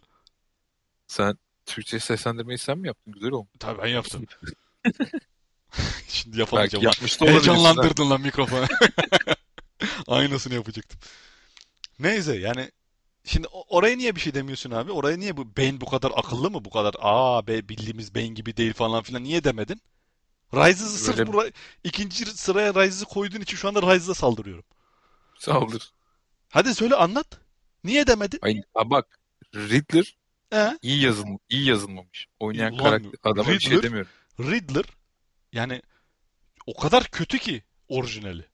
S1: Sen Türkçe seslendirmeyi sen mi yaptın? Güzel olmuş.
S2: Tabii ben yaptım. Şimdi
S1: Belki
S2: yapamayacağım.
S1: yapmış da olabilirsin. ha.
S2: Heyecanlandırdın lan mikrofonu. Aynısını yapacaktım. Neyse yani şimdi o- oraya niye bir şey demiyorsun abi? Oraya niye bu beyin bu kadar akıllı mı? Bu kadar aa be bildiğimiz beyin gibi değil falan filan niye demedin? Rise'ı sırf
S1: Öyle-
S2: bu Ri- ikinci sıraya Rise'ı koyduğun için şu anda Rise'a saldırıyorum.
S1: Sağ olur.
S2: Hadi söyle anlat. Niye demedin?
S1: Ay, ha bak Riddler
S2: He?
S1: iyi yazılmış, iyi yazılmamış. Oynayan
S2: Ulan
S1: karakter adama bir şey
S2: Riddler-
S1: demiyorum.
S2: Riddler yani o kadar kötü ki orijinali.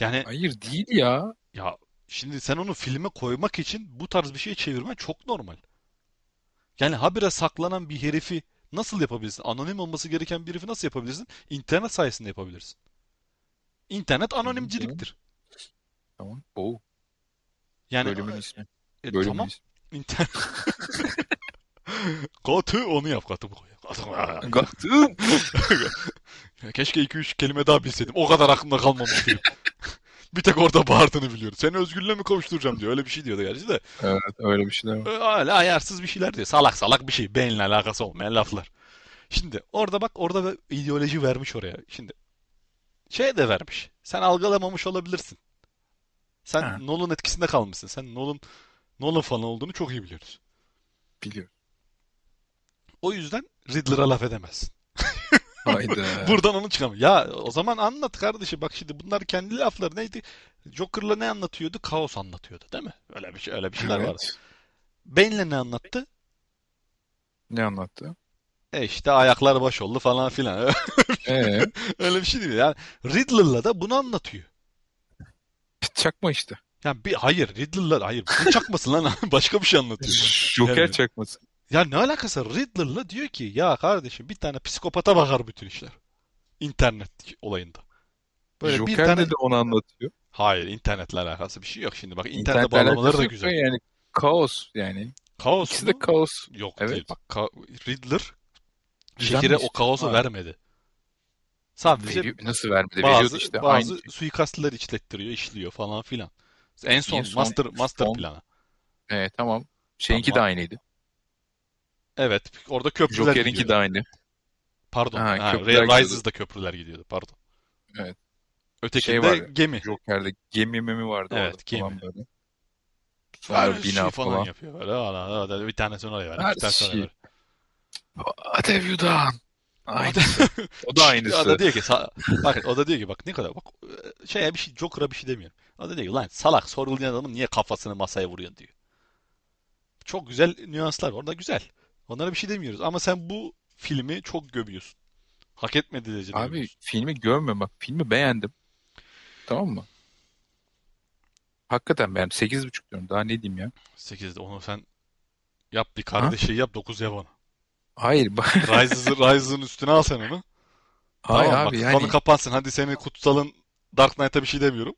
S2: Yani
S1: Hayır değil ya.
S2: Ya şimdi sen onu filme koymak için bu tarz bir şey çevirmen çok normal. Yani habire saklanan bir herifi nasıl yapabilirsin? Anonim olması gereken bir herifi nasıl yapabilirsin? İnternet sayesinde yapabilirsin. İnternet anonimciliktir.
S1: Tamam. Oo,
S2: Yani
S1: bölümün ismi.
S2: e,
S1: Bölümün
S2: tamam
S1: ismi.
S2: internet. Katı onu yap katı. Katı-
S1: Gattım.
S2: Ya Keşke 2-3 kelime daha bilseydim. O kadar aklımda kalmamış film. Bir tek orada bağırdığını biliyorum. Seni özgürlüğe mi kavuşturacağım diyor. Öyle bir şey diyordu gerçi de.
S1: Evet öyle bir şeyler var.
S2: Öyle Ee, ayarsız bir şeyler diyor. Salak salak bir şey. Beyinle alakası olmayan laflar. Şimdi orada bak orada bir ideoloji vermiş oraya. Şimdi şey de vermiş. Sen algılamamış olabilirsin. Sen
S1: Ha.
S2: Nolan etkisinde kalmışsın. Sen Nolan Nolan fanı olduğunu çok iyi biliyoruz.
S1: Biliyorum.
S2: O yüzden Riddler'a laf edemezsin.
S1: Hayda.
S2: Buradan onu çıkamıyor. Ya o zaman anlat kardeşim. Bak şimdi bunlar kendi lafları neydi? Joker'la ne anlatıyordu? Kaos anlatıyordu, değil mi? Öyle bir şey, öyle bir şeyler vardı.
S1: Evet.
S2: Bane'le ne anlattı?
S1: Ne anlattı?
S2: E işte ayaklar baş oldu falan filan.
S1: Ee,
S2: Öyle bir şey değil. Yani Riddler'la da bunu anlatıyor.
S1: çakma işte.
S2: Yani bir hayır Riddler'la hayır bu çakmasın lan başka bir şey anlatıyor.
S1: Joker
S2: Evet.
S1: çakması.
S2: Ya ne alakası var? Riddler'la diyor ki ya kardeşim bir tane psikopata bakar bütün işler. İnternet olayında. Böyle bir
S1: Joker
S2: tane
S1: de onu anlatıyor.
S2: hayır internetle alakası bir şey yok şimdi bak internet
S1: İnternetle
S2: bağlamaları
S1: alakası
S2: da
S1: yok
S2: güzel.
S1: Yani kaos yani.
S2: Kaos
S1: İkisi de
S2: mu?
S1: kaos.
S2: Yok
S1: Evet.
S2: değil. Bak ka- Riddler
S1: Düzenli
S2: şehire o
S1: işte.
S2: kaosu
S1: Ha.
S2: vermedi. Sadece
S1: Veriyor- nasıl vermedi? Veriyordu
S2: bazı
S1: işte.
S2: bazı
S1: Aynı. şey.
S2: suikastler işlettiriyor, işliyor falan filan. En son
S1: En şey. son-
S2: master master
S1: son-
S2: plana.
S1: Ee, tamam. Şeyinki
S2: Tamam.
S1: de aynıydı.
S2: Evet, orada köprüler gidiyordu.
S1: Joker'inki de aynı.
S2: Pardon.
S1: Ha,
S2: Ha,
S1: köprüler
S2: Ray-
S1: gidiyordu.
S2: Rises'da köprüler gidiyordu. Pardon.
S1: Evet. Şey
S2: Ötekinde
S1: var ya,
S2: gemi.
S1: Joker'de gemi memi vardı
S2: Evet,
S1: orada falan
S2: gemi.
S1: böyle. Sonra
S2: Her
S1: bina
S2: şeyi falan
S1: falan.
S2: yapıyor. Öyle, ana, ana, bir tane sonra var.
S1: Her şey.
S2: iki tane sonra
S1: şeyi.
S2: var.
S1: What have you done? Aynısı. o da
S2: O da
S1: aynısı.
S2: diyor ki sa- bak o da diyor ki bak ne kadar bak e, şeye bir şey Joker'a bir şey demiyorum. O da diyor ki lan salak sorgulayan adamın niye kafasını masaya vuruyorsun diyor. Çok güzel nüanslar var. Orada güzel. Onlara bir şey demiyoruz ama sen bu filmi çok gömüyorsun. Hak etmediği derecede
S1: Abi
S2: gömüyorsun.
S1: filmi görmüyorum bak. Filmi beğendim. Tamam mı? Hakikaten ben 8,5 diyorum. Daha ne diyeyim ya?
S2: 8'de onu sen yap bir kardeşi yap 9 yap ona.
S1: Hayır bak.
S2: Rises'ı Rises'ın üstüne al sen onu.
S1: Hayır
S2: tamam
S1: abi
S2: bak
S1: yani.
S2: kafanı kapansın. Hadi seni kutsalın Dark Knight'a bir şey demiyorum.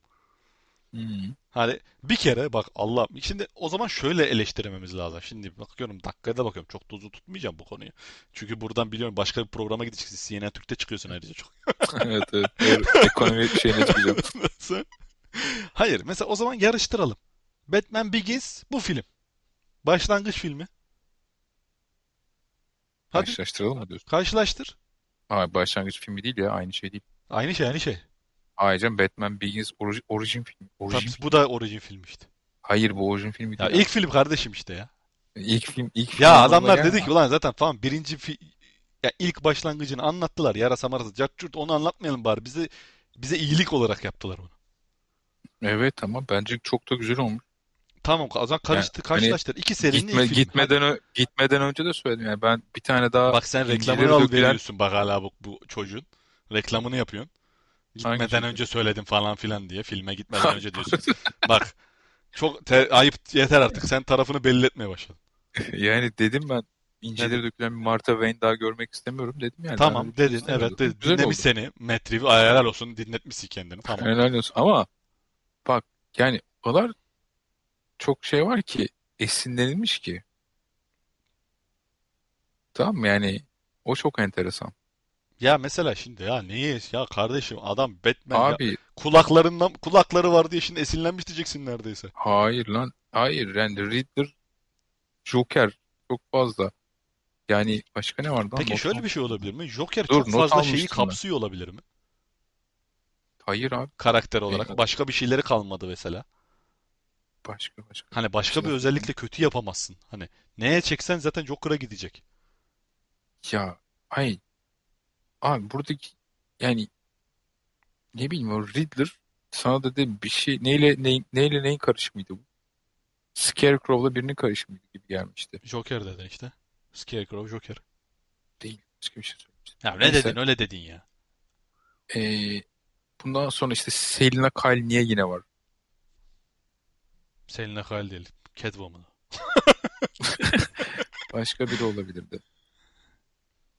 S1: Hmm.
S2: Hani bir kere bak Allah şimdi o zaman şöyle eleştirmemiz lazım. Şimdi bakıyorum dakikaya da bakıyorum. Çok da uzun tutmayacağım bu konuyu. Çünkü buradan biliyorum başka bir programa gideceksin. CNN Türk'te çıkıyorsun ayrıca çok.
S1: evet evet. Doğru. Ekonomi şeyine çıkacağım.
S2: Nasıl? Hayır mesela o zaman yarıştıralım. Batman Begins bu film. Başlangıç filmi. Hadi
S1: Karşılaştıralım mı diyorsun?
S2: karşılaştır.
S1: Hayır başlangıç filmi değil ya. Aynı şey değil.
S2: Aynı şey aynı şey.
S1: Ayrıca Batman Begins orijin, orijin filmi. Orijin.
S2: Tabii bu da orijin film işte.
S1: Hayır bu orijin filmi
S2: Ya
S1: değil.
S2: ilk film kardeşim işte ya.
S1: İlk film ilk film
S2: Ya
S1: olan
S2: adamlar
S1: ya.
S2: dedi ki ulan zaten tamam birinci fi- ya ilk başlangıcını anlattılar. Yarasa marasa cacurt onu anlatmayalım bari. Bize bize iyilik olarak yaptılar onu.
S1: Evet ama bence çok da güzel olmuş.
S2: Tamam o zaman
S1: Yani
S2: karıştı
S1: hani
S2: karşılaştır. İki serinin
S1: Gitme,
S2: ilk filmi.
S1: gitmeden ö- gitmeden önce de söyledim yani ben bir tane
S2: Hadi.
S1: daha
S2: Bak sen reklamını
S1: incileri
S2: al
S1: dökülen
S2: veriyorsun bak hala bu, bu çocuğun. Reklamını yapıyorsun.
S1: Hangi
S2: Gitmeden
S1: çocuğun?
S2: önce söyledim falan filan diye. Filme gitmeden önce diyorsun. Bak çok te- ayıp yeter artık. Sen tarafını belli etmeye başladın.
S1: yani dedim ben incileri
S2: Dedim.
S1: dökülen bir Martha Wayne daha görmek istemiyorum dedim yani. Ben öyle
S2: Tamam
S1: bir şey
S2: dedin
S1: istemiyordum.
S2: evet dedin.
S1: Güzel
S2: Dinlemiş
S1: oldu.
S2: seni. Metrivi helal olsun dinletmişsin kendini. Tamam.
S1: Helal olsun. Ama bak yani o kadar çok şey var ki esinlenilmiş ki. Tamam mı? yani o çok enteresan.
S2: Ya mesela şimdi ya neyi ya kardeşim adam Batman ya
S1: Abi
S2: kulaklarından kulakları var diye şimdi esinlenmiş diyeceksin neredeyse.
S1: hayır lan hayır yani Riddler Joker çok fazla. Yani başka ne vardı lan?
S2: Peki
S1: Not
S2: şöyle
S1: mu?
S2: bir şey olabilir mi? Joker
S1: Dur
S2: çok
S1: not
S2: fazla şeyi
S1: almıştım ben.
S2: kapsıyor olabilir mi?
S1: Hayır abi.
S2: Karakter olarak.
S1: Eyvallah.
S2: Başka bir şeyleri kalmadı mesela.
S1: Başka başka.
S2: Hani başka bir
S1: Şey yapmadım.
S2: özellikle kötü yapamazsın. Hani neye çeksen zaten Joker'a gidecek.
S1: Ya ay abi buradaki yani ne bileyim o Riddler sana da dedim bir şey neyle neyin, neyle neyin karışımıydı bu? Scarecrow'la birinin karışımıydı gibi gelmişti.
S2: Joker dedin işte. Scarecrow Joker.
S1: Değil. Başka bir şey söylemiştim.
S2: Ya ne dedin
S1: Neyse.
S2: öyle dedin ya.
S1: eee, bundan sonra işte Selina Kyle niye yine var?
S2: Selina Kyle değil. Catwoman.
S1: Başka biri olabilirdi.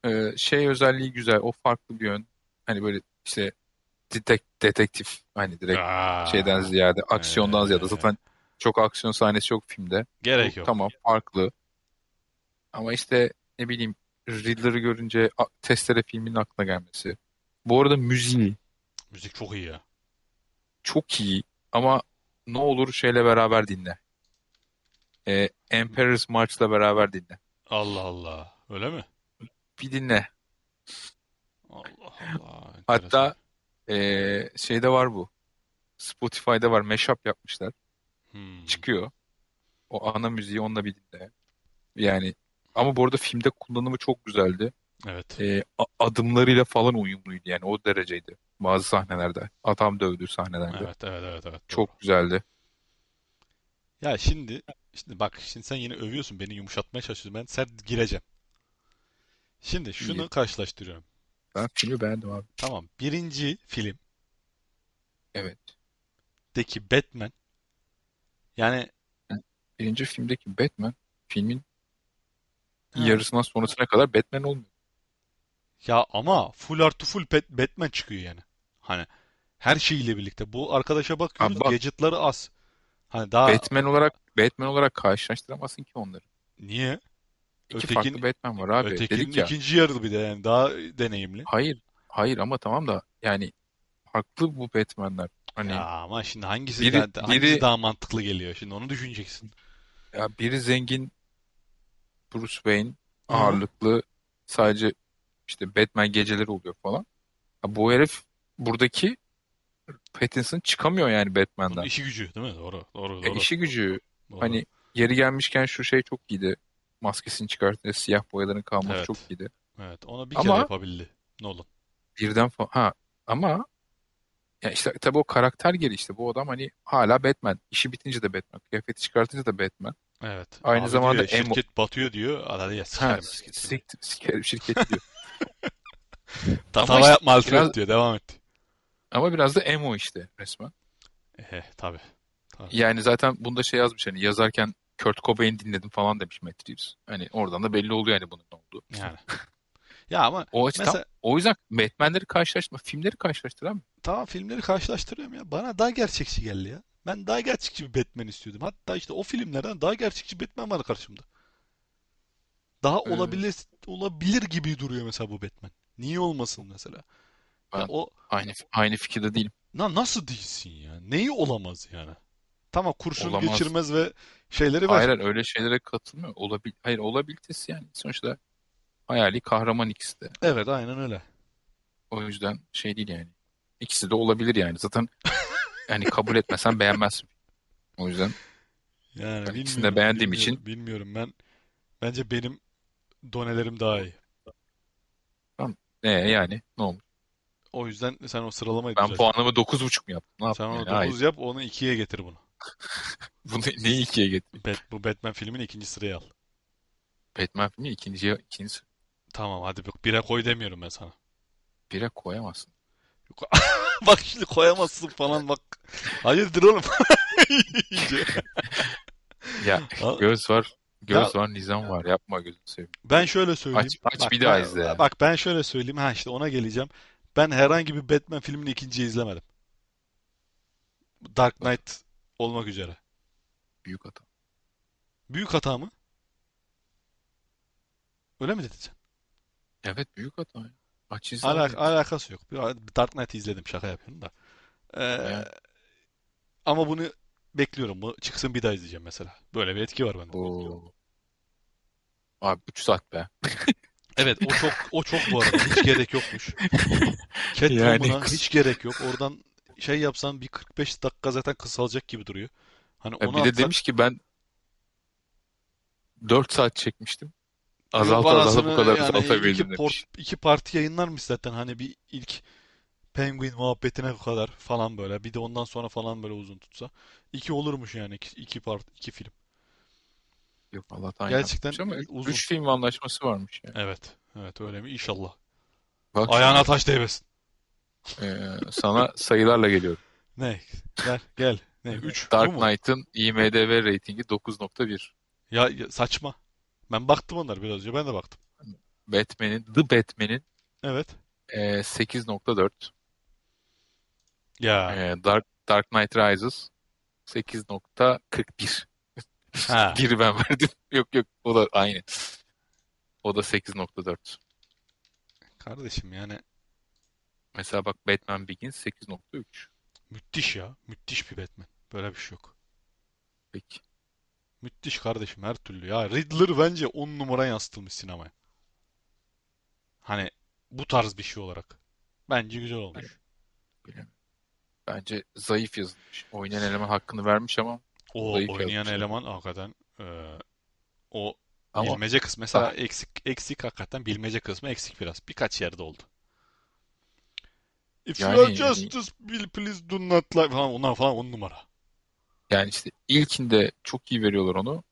S1: Ee, şey özelliği güzel. O farklı bir yön. Hani böyle işte detek, detektif. Hani direkt şeyden
S2: Aa,
S1: ziyade aksiyondan ziyade.
S2: ee,
S1: Zaten çok aksiyon sahnesi yok filmde. Bu
S2: gerek yok.
S1: tamam farklı. Ama işte ne bileyim Riddler'ı görünce a- Testere filminin aklına gelmesi. Bu arada müziği
S2: Müzik çok iyi ya.
S1: çok iyi ama ne olur şeyle beraber dinle. Ee, Emperor's March'la beraber dinle.
S2: Allah Allah. Öyle mi?
S1: Bir dinle.
S2: Allah Allah. Enteresan.
S1: Hatta Ee, şeyde var bu. Spotify'da var. Mashup yapmışlar.
S2: Hmm.
S1: Çıkıyor. O ana müziği onunla bir dinle. Yani ama bu arada filmde kullanımı çok güzeldi.
S2: Evet.
S1: Ee, a- adımlarıyla falan uyumluydu yani o dereceydi. Bazı sahnelerde. Adam dövdüğü sahnelerde.
S2: Evet, evet, evet, evet. Doğru.
S1: Çok güzeldi.
S2: Ya şimdi, şimdi bak şimdi sen yine övüyorsun beni yumuşatmaya çalışıyorsun. Ben sert gireceğim. Şimdi
S1: İyi.
S2: şunu karşılaştırıyorum.
S1: Ben filmi beğendim abi.
S2: Tamam. Birinci filmdeki
S1: Evet.
S2: Batman yani
S1: Birinci filmdeki Batman filmin
S2: ha,
S1: yarısından sonrasına kadar Batman olmuyor.
S2: ya ama full artı full Bat- Batman çıkıyor yani. Hani her şeyiyle birlikte. Bu arkadaşa
S1: Abi
S2: bakıyoruz
S1: bak
S2: gadgetları az. Hani daha
S1: Batman olarak Batman olarak karşılaştıramazsın ki onları.
S2: niye?
S1: İki
S2: Ötekin
S1: farklı Batman var abi.
S2: ötekinin
S1: Dedik ya.
S2: ikinci yarısı bir de yani daha deneyimli.
S1: Hayır, hayır ama tamam da yani farklı bu Batman'ler.
S2: Ya
S1: Hani
S2: ama şimdi hangisi
S1: biri
S2: daha, hangisi
S1: biri
S2: daha mantıklı geliyor? Şimdi onu düşüneceksin.
S1: ya biri zengin Bruce Wayne
S2: Hı.
S1: ağırlıklı sadece işte Batman geceleri oluyor falan. Ya bu herif buradaki Pattinson çıkamıyor yani
S2: Bunun
S1: Batman'den.
S2: işi gücü değil mi? Doğru, doğru,
S1: E
S2: doğru,
S1: işi gücü
S2: doğru.
S1: hani yeri gelmişken şu şey çok iyiydi. Maskesini çıkarttı, siyah boyaların kalması çok
S2: Evet,
S1: iyiydi.
S2: evet. Onu bir kere
S1: Ama
S2: yapabildi Nolan.
S1: birden fa- ha ama Ya işte tabii o karakter gelişti. Bu adam hani hala Batman. İşi bitince de Batman. Kıyafeti çıkartınca da Batman.
S2: Evet.
S1: Aynı
S2: Abi diyor
S1: zamanda
S2: ya
S1: emo.
S2: şirket batıyor diyor. Hadi ya
S1: Ha,
S2: sikerim
S1: s-
S2: şirketini diyor.
S1: siktir, sikerim şirketi diyor. Ama
S2: Tatava
S1: işte
S2: yapma Alfred
S1: biraz
S2: diyor. Devam et.
S1: ama biraz da emo işte resmen.
S2: Ehe Eh, tabii. Tabii.
S1: Yani zaten bunda şey yazmış hani yazarken Kurt Cobain dinledim falan demiş Matt Reeves. Hani oradan da belli oluyor yani bunun ne olduğu.
S2: Yani. Ya ama
S1: O açıdan
S2: mesela
S1: o yüzden Batman'leri karşılaştırma, filmleri karşılaştıran
S2: tamam filmleri karşılaştırıyorum ya. Bana daha gerçekçi geldi ya. Ben daha gerçekçi bir Batman istiyordum. Hatta işte o filmlerden daha gerçekçi Batman var karşımda. Daha
S1: Ee,
S2: olabilir olabilir gibi duruyor mesela bu Batman. Niye olmasın mesela? Ya
S1: ben
S2: o
S1: aynı aynı fikirde değilim.
S2: Na nasıl değilsin ya? Neyi olamaz yani? Tamam kurşun
S1: Olamaz.
S2: geçirmez ve şeyleri
S1: Hayır
S2: var.
S1: hayır, öyle şeylere katılmıyor. Olabil hayır olabilitesi yani sonuçta hayali kahraman ikisi de.
S2: Evet aynen öyle.
S1: O yüzden şey değil yani. İkisi de olabilir yani. Zaten yani kabul etmesen beğenmezsin. O yüzden
S2: Yani
S1: ben ikisini de
S2: bilmiyorum,
S1: beğendiğim için
S2: bilmiyorum, bilmiyorum. Ben bence benim donelerim daha iyi.
S1: tamam. E yani ne olmuş?
S2: O yüzden sen o sıralamayı
S1: Ben
S2: düzelt.
S1: puanımı 9,5 mu yaptım? Ne
S2: Sen
S1: yaptım
S2: onu
S1: yani? Hayır.
S2: 9 yap, onu 2'ye getir bunu.
S1: Bunu neyi ikiye getireyim?
S2: Bat- bu Batman filmini ikinci sıraya al.
S1: Batman filmi ikinciye, ikinci
S2: Tamam hadi bak 1'e koy demiyorum ben sana.
S1: bire koyamazsın.
S2: Yok- Bak şimdi koyamazsın falan bak. Hayırdır oğlum? İyice.
S1: Ya
S2: Al-
S1: göz var.
S2: Ya
S1: Göz var, nizam var. Yapma gözünü seveyim.
S2: Ben şöyle söyleyeyim.
S1: Aç, aç
S2: Bak
S1: bir daha
S2: ben
S1: izle ya.
S2: bak ben şöyle söyleyeyim. Ha işte ona geleceğim. Ben herhangi bir Batman filmini ikinciye izlemedim. Dark
S1: Bak,
S2: Knight olmak üzere.
S1: büyük hata.
S2: Büyük hata mı? Öyle mi dedin sen?
S1: Evet büyük hata. ya. Aç izle
S2: Alak
S1: abi.
S2: alakası yok. Bir- Dark Knight'i izledim şaka yapıyorum da. Ee,
S1: Yani
S2: ama bunu bekliyorum. Bu çıksın bir daha izleyeceğim mesela. Böyle bir etki var bende.
S1: o Abi 3 saat be.
S2: Evet o çok o çok bu arada hiç gerek yokmuş. Catwoman'a
S1: Yani-
S2: hiç gerek yok. Oradan şey yapsan bir 45 dakika zaten kısalacak gibi duruyor. Hani
S1: Ya
S2: onu
S1: E, bir de
S2: atsak
S1: demiş ki ben 4 saat çekmiştim.
S2: Yok
S1: Azalt azalta bu
S2: anasını
S1: kadar
S2: yani iki,
S1: azaltabildim
S2: port,
S1: demiş.
S2: iki parti yayınlarmış zaten hani bir ilk Penguin muhabbetine kadar falan böyle bir de ondan sonra falan böyle uzun tutsa. İki olurmuş yani iki, iki part iki film.
S1: Yok Allah'tan
S2: Gerçekten
S1: yapmış ama
S2: uzun.
S1: 3 film anlaşması varmış yani.
S2: Evet. Evet öyle mi? İnşallah.
S1: Bak
S2: Ayağına
S1: şimdi
S2: taş değmesin.
S1: e, sana sayılarla geliyorum.
S2: Ne? Gel gel. Ne? 3 bu
S1: Dark
S2: mu?
S1: Knight'ın IMDb reytingi 9.1.
S2: Ya, ya saçma. Ben baktım onlar biraz önce. Ben de baktım.
S1: Batman'in The Batman'in
S2: Evet.
S1: e, 8.4.
S2: Ya.
S1: E, Dark Dark Knight Rises 8.41.
S2: Ha.
S1: Biri ben verdim. Yok yok o da aynı. O da 8.4.
S2: Kardeşim yani
S1: Mesela bak Batman Begins 8.3.
S2: müthiş ya. Müthiş bir Batman. Böyle bir şey yok.
S1: Peki.
S2: Müthiş kardeşim her türlü ya. Riddler bence 10 numara yansıtılmış sinemaya. Hani bu tarz bir şey olarak. Bence güzel
S1: Hani
S2: olmuş.
S1: Bilmiyorum. Bence zayıf yazılmış. Oynayan eleman hakkını vermiş ama
S2: O
S1: zayıf
S2: oynayan
S1: yazmışlar.
S2: eleman hakikaten eee, o
S1: Ama
S2: bilmece kısmı mesela
S1: daha
S2: eksik eksik hakikaten bilmece kısmı eksik biraz. Birkaç yerde oldu. If you are
S1: yani yani
S2: justice, will please do not lie falan onlar falan 10 numara.
S1: yani işte ilkinde çok iyi veriyorlar onu.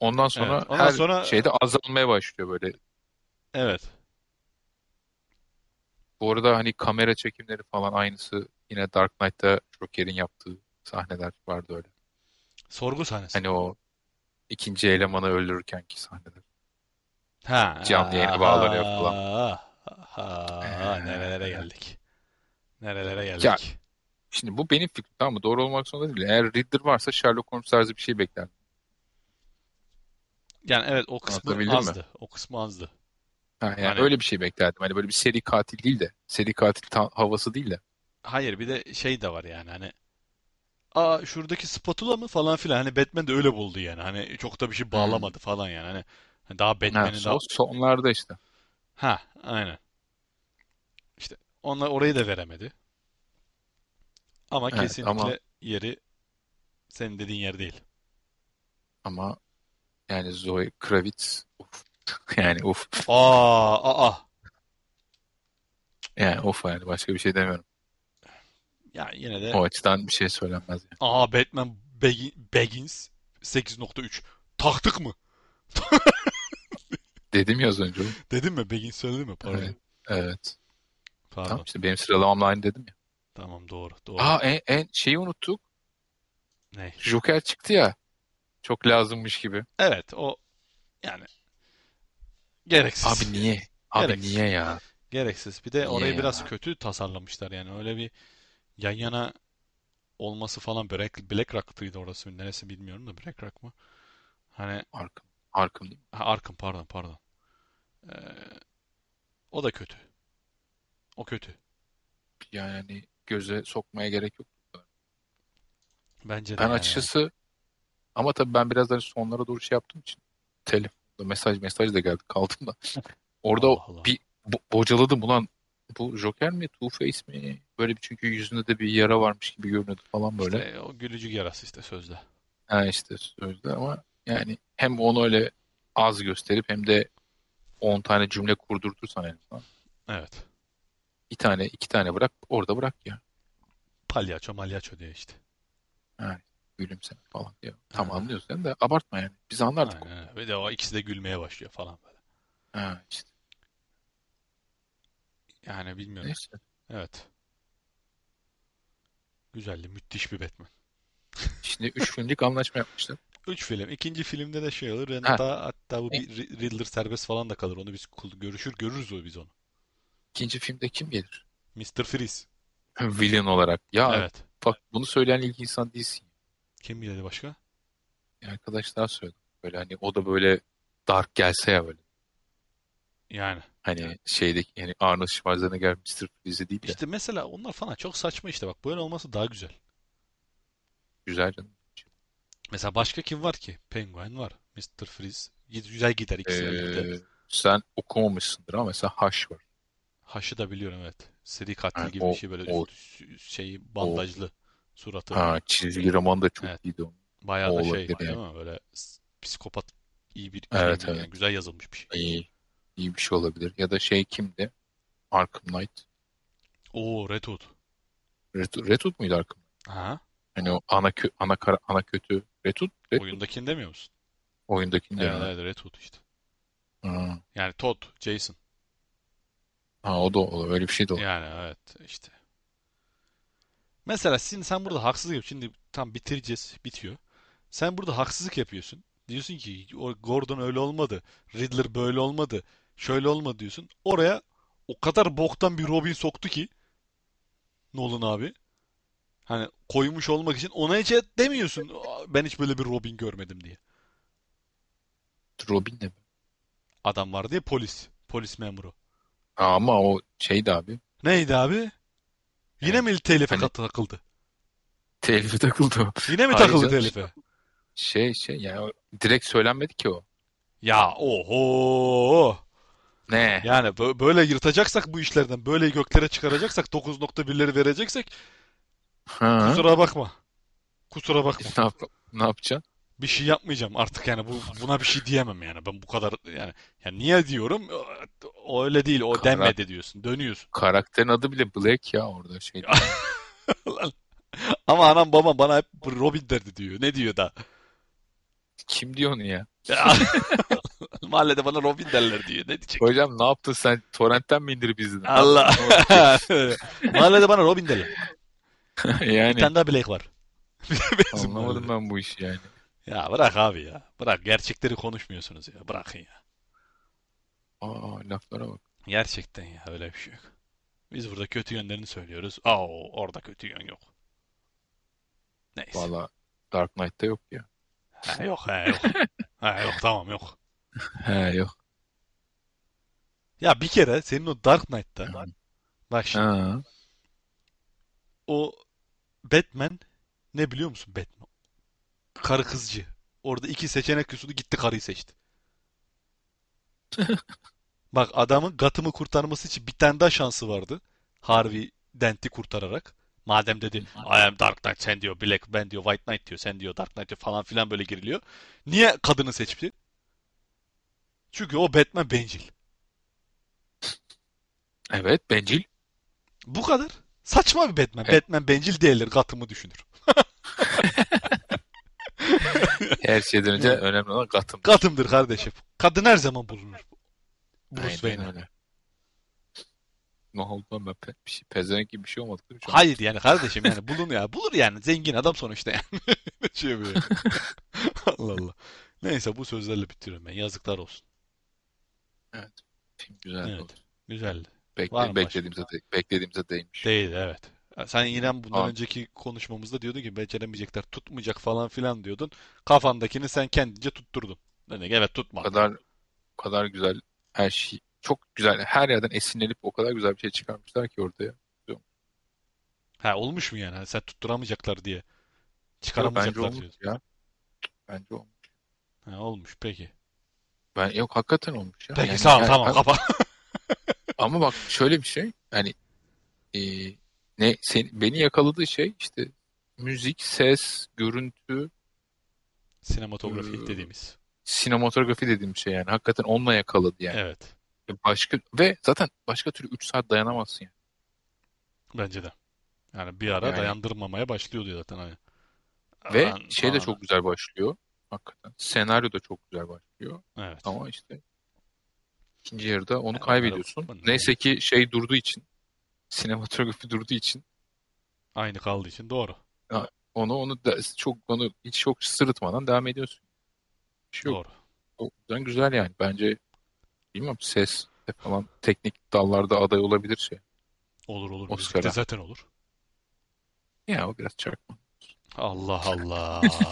S1: Ondan
S2: Evet.
S1: sonra
S2: Ondan
S1: her
S2: sonra
S1: şeyde azalmaya başlıyor böyle.
S2: evet.
S1: Bu arada hani kamera çekimleri falan aynısı. Yine Dark Knight'ta Joker'in yaptığı sahneler vardı öyle.
S2: Sorgu sahnesi.
S1: Hani o ikinci elemanı öldürürkenki sahneler.
S2: Ha,
S1: Canlı yayına bağlanıyor falan.
S2: ha, ha, nerelere
S1: Ee,
S2: geldik? Nerelere
S1: ya
S2: geldik?
S1: şimdi bu benim fikrim tamam mı? Doğru olmak zorunda değil. Eğer Riddler varsa Sherlock Holmes tarzı bir şey beklerdim.
S2: Yani evet o kısmı
S1: Anlatabildim mi?
S2: azdı. O kısmı azdı.
S1: Ha, yani
S2: Hani
S1: öyle bir şey beklerdim. Hani böyle bir seri katil değil de seri katil ta- havası değil de.
S2: hayır bir de şey de var yani hani aa şuradaki spatula mı falan filan hani Batman de öyle buldu yani hani çok da bir şey
S1: Hmm.
S2: bağlamadı falan yani hani hani daha
S1: Ha,
S2: Batman'in daha
S1: so sonlarda işte.
S2: ha aynen işte onlar orayı da veremedi ama
S1: Evet ama
S2: kesinlikle yeri senin dediğin yer değil.
S1: ama yani Zoe Kravitz of. Yani of.
S2: Aa aa
S1: Yani of yani başka bir şey demiyorum.
S2: ya yine de
S1: O açıdan bir şey söylenmez yani.
S2: Aa Batman Begi- Begins 8.3. Taktık mı?
S1: Dedim ya az önce oğlum.
S2: Dedim mi? Begins söyledim mi? Pardon.
S1: Evet. Evet. Tamam
S2: Pardon.
S1: işte benim sıralamamla aynı dedim ya.
S2: Tamam doğru doğru.
S1: Aa en, en şeyi unuttuk.
S2: Ney?
S1: Joker çıktı ya. Çok lazımmış gibi.
S2: Evet o yani
S1: Abi
S2: gereksiz.
S1: niye? Abi
S2: Gereksiz.
S1: niye ya?
S2: Gereksiz. Bir de
S1: Niye
S2: orayı biraz
S1: ya?
S2: kötü tasarlamışlar yani. Öyle bir yan yana olması falan Black, Black Rock'tıydı orası. Neresi bilmiyorum da Black Rock mı? Hani
S1: Arkham. Arkham değil mi?
S2: ha, Arkham pardon pardon. Ee, o da kötü. O kötü.
S1: Yani göze sokmaya gerek yok.
S2: Bence de
S1: Ben
S2: yani hani.
S1: açıkçası ama tabii ben biraz daha sonlara doğru şey yaptığım için telefonda mesaj mesaj da geldi kaldım da. Orada
S2: Allah Allah.
S1: bir bo- bocaladım ulan bu Joker mi Two-Face mi? Böyle bir çünkü yüzünde de bir yara varmış gibi görünüyordu falan böyle.
S2: İşte o gülücük yarası işte sözde.
S1: Ha işte sözde ama yani hem onu öyle az gösterip hem de 10 tane cümle kurdurtursan en azından.
S2: Evet.
S1: Bir tane iki tane bırak orada bırak ya.
S2: Palyaço malyaço diye işte.
S1: Yani gülümseme falan diyor. Tam
S2: Ha,
S1: anlıyorsun sen de abartma yani. Biz anlardık onu.
S2: aynen öyle. Ve de o ikisi de gülmeye başlıyor falan böyle.
S1: Ha işte
S2: Yani bilmiyorum.
S1: neyse.
S2: Evet. Güzeldi. Müthiş bir Batman.
S1: Şimdi 3 günlük anlaşma yapmışlar.
S2: 3 film. İkinci filmde de şey olur.
S1: Ha
S2: Hatta, hatta bu
S1: e,
S2: bir Ri- Riddler serbest falan da kalır. Onu biz kul- görüşür görürüz o biz onu.
S1: ikinci filmde kim gelir?
S2: Mr. Freeze.
S1: Villain olarak. Ya
S2: Evet.
S1: bak bunu söyleyen ilk insan değilsin.
S2: Kim geldi başka?
S1: Arkadaşlar söyledi. Böyle hani o da böyle dark gelse ya böyle.
S2: Yani.
S1: Hani şeydeki yani Arnold Schwarzenegger Mr. Freeze değil de.
S2: İşte mesela onlar falan çok saçma işte bak. Böyle olması daha güzel.
S1: Güzel canım.
S2: Mesela başka kim var ki? Penguin var. Mr. Freeze. Gid- Güzel gider ikisi de birlikte.
S1: Ee, sen okumamışsındır ama mesela Haş var.
S2: Haş'ı da biliyorum evet. Seri katil
S1: Yani
S2: gibi bir
S1: o,
S2: şey böyle
S1: o,
S2: üst- üst- şey bandajlı suratı.
S1: ha, çizgi roman da çok
S2: Evet.
S1: iyiydi onun. O
S2: Bayağı da şey
S1: olabilir
S2: değil
S1: yani.
S2: mi? Böyle s- psikopat iyi bir şey
S1: Evet
S2: gibi
S1: evet.
S2: yani. Güzel yazılmış bir şey.
S1: İyi, iyi bir şey olabilir. Ya da şey kimdi? Arkham Knight.
S2: Oo Red Hood.
S1: Red, Red Hood muydu Arkham?
S2: Ha?
S1: Hani o ana, kö, ana, kara, ana kötü. Red Hood, Red Hood.
S2: Oyundakini demiyor musun?
S1: Oyundakini
S2: Evet
S1: de.
S2: evet Red Hood işte.
S1: Ha,
S2: Yani Todd, Jason.
S1: ha, o da olur. Öyle bir şey de olur.
S2: Yani evet işte. Mesela şimdi sen burada haksızlık yapıyorsun. Şimdi tam bitireceğiz. Bitiyor. Sen burada haksızlık yapıyorsun. Diyorsun ki o Gordon öyle olmadı. Riddler böyle olmadı. Şöyle olmadı diyorsun. Oraya o kadar boktan bir Robin soktu ki Nolan abi. Hani koymuş olmak için ona hiç et demiyorsun. "Aa, Ben hiç böyle bir Robin görmedim diye.
S1: Robin de mi?
S2: Adam vardı ya polis. Polis memuru.
S1: Ha, ama o şeydi abi.
S2: Neydi abi? Yine
S1: Yani
S2: mi telife
S1: hani
S2: kat- takıldı?
S1: telifi takıldı. o.
S2: Yine mi
S1: Hayır
S2: takıldı
S1: canım şey,
S2: telife?
S1: şey şey yani o- direkt söylenmedi ki o.
S2: Ya oho.
S1: Ne?
S2: Yani bö- böyle yırtacaksak bu işlerden, böyle göklere çıkaracaksak 9.1'leri vereceksek
S1: Ha?
S2: kusura bakma. Kusura bakma.
S1: Ne yap ne yapacaksın?
S2: Bir şey yapmayacağım artık yani bu buna bir şey diyemem yani. Ben bu kadar yani yani niye diyorum? O öyle değil. O
S1: Kara
S2: denmedi diyorsun. Dönüyorsun.
S1: karakterin adı bile Black ya orada şey. şeyde.
S2: Lan. Ama anam babam bana hep Robin derdi diyor. Ne diyor da?
S1: Kim diyor onu ya?
S2: Ya, mahallede bana Robin derler diyor. Ne diyecek?
S1: Hocam ne yaptın sen? Torrentten mi indirip izledin? Ne yaptın?
S2: Allah.
S1: Ne oldu ki?
S2: Mahallede bana Robin derler. Bir
S1: Yani
S2: tane daha Blake var. Bizim mahallede.
S1: anlamadım ben bu işi yani.
S2: Ya bırak abi ya. Bırak gerçekleri konuşmuyorsunuz ya. Bırakın ya.
S1: Aa laflara bak.
S2: Gerçekten ya öyle bir şey yok. Biz burada kötü yönlerini söylüyoruz. Aa orada kötü yön yok. Neyse.
S1: Valla Dark Knight'ta yok ya.
S2: Ha, yok ha yok. Ha yok tamam yok.
S1: He yok.
S2: Ya bir kere senin o Dark Knight'ta bak şimdi
S1: Ha.
S2: o Batman ne biliyor musun Batman? Karı kızcı. Orada iki seçenek yüzünü gitti karıyı seçti. Bak adamın Gotham'ı kurtarması için bir tane daha şansı vardı. Harvey Dent'i kurtararak. Madem dedi I am Dark Knight sen diyor Black ben diyor White Knight diyor sen diyor Dark Knight diyor falan filan böyle giriliyor. Niye kadını seçti? Çünkü o Batman bencil.
S1: Evet bencil.
S2: Bu kadar. Saçma bir Batman.
S1: He-
S2: Batman bencil değildir Gotham'ı düşünür.
S1: Her şeyden önce
S2: Yani
S1: önemli olan Gotham'dır.
S2: Gotham'dır kardeşim. Kadın her zaman bulunur Bruce
S1: Aynen
S2: Wayne'e.
S1: öyle. Ne oldu lan ben pe bir şey, pezevenk gibi bir şey olmadı değil mi şu an?
S2: Hayır yani kardeşim yani bulun ya. Bulur yani. Zengin adam sonuçta yani. Ne şey yapıyor yani. Allah Allah. Neyse bu sözlerle bitiriyorum ben. Yazıklar olsun.
S1: Evet. Film güzel
S2: Evet.
S1: oldu.
S2: Güzeldi. Var
S1: Bekle,
S2: mı başka?
S1: beklediğimize, de- beklediğimize değmiş.
S2: Değil evet. Ya Sen İrem bundan
S1: Tamam.
S2: önceki konuşmamızda diyordun ki beceremeyecekler, tutmayacak falan filan diyordun. Kafandakini sen kendince tutturdun. Dedik evet
S1: O
S2: tutmadı.
S1: kadar, o kadar güzel her şey. Çok güzel. Her yerden esinlenip o kadar güzel bir şey çıkarmışlar ki ortaya.
S2: Ha olmuş mu yani? Ha, Sen tutturamayacaklar diye.
S1: Yo, bence
S2: Çıkaramayacaklar
S1: olmuş
S2: diyordun.
S1: ya. Bence olmuş.
S2: Ha olmuş peki.
S1: Ben, yok hakikaten olmuş ya.
S2: Peki
S1: Yani
S2: sağ ol
S1: her,
S2: tamam kapa.
S1: ama bak şöyle bir şey. Yani e, ne sen, beni yakaladığı şey işte müzik, ses, görüntü, e,
S2: Sinematografi dediğimiz.
S1: sinematografi dediğim şey yani. Hakikaten onunla yakaladı yani.
S2: Evet.
S1: Ve Başka ve zaten başka türlü 3 saat dayanamazsın yani.
S2: Bence de. Yani bir ara
S1: Yani
S2: dayandırmamaya başlıyordu zaten hani.
S1: ve
S2: Aman
S1: şey de
S2: falan.
S1: çok güzel başlıyor. Hakikaten. Senaryo da çok güzel başlıyor.
S2: Evet.
S1: Ama işte ikinci yarıda onu
S2: Yani bunları
S1: kaybediyorsun.
S2: bunları
S1: Neyse
S2: evet.
S1: ki şey durduğu için, sinematografi durduğu için
S2: Aynı kaldığı için doğru.
S1: ya onu onu da, çok onu hiç çok sırıtmadan devam ediyorsun. Bir şey yok.
S2: Doğru.
S1: O yüzden güzel yani. Bence bilmiyorum ses falan teknik dallarda aday olabilir şey.
S2: Olur olur müzikte
S1: Oscar'a.
S2: zaten olur.
S1: Ya o biraz çakma.
S2: Allah Allah. Peki.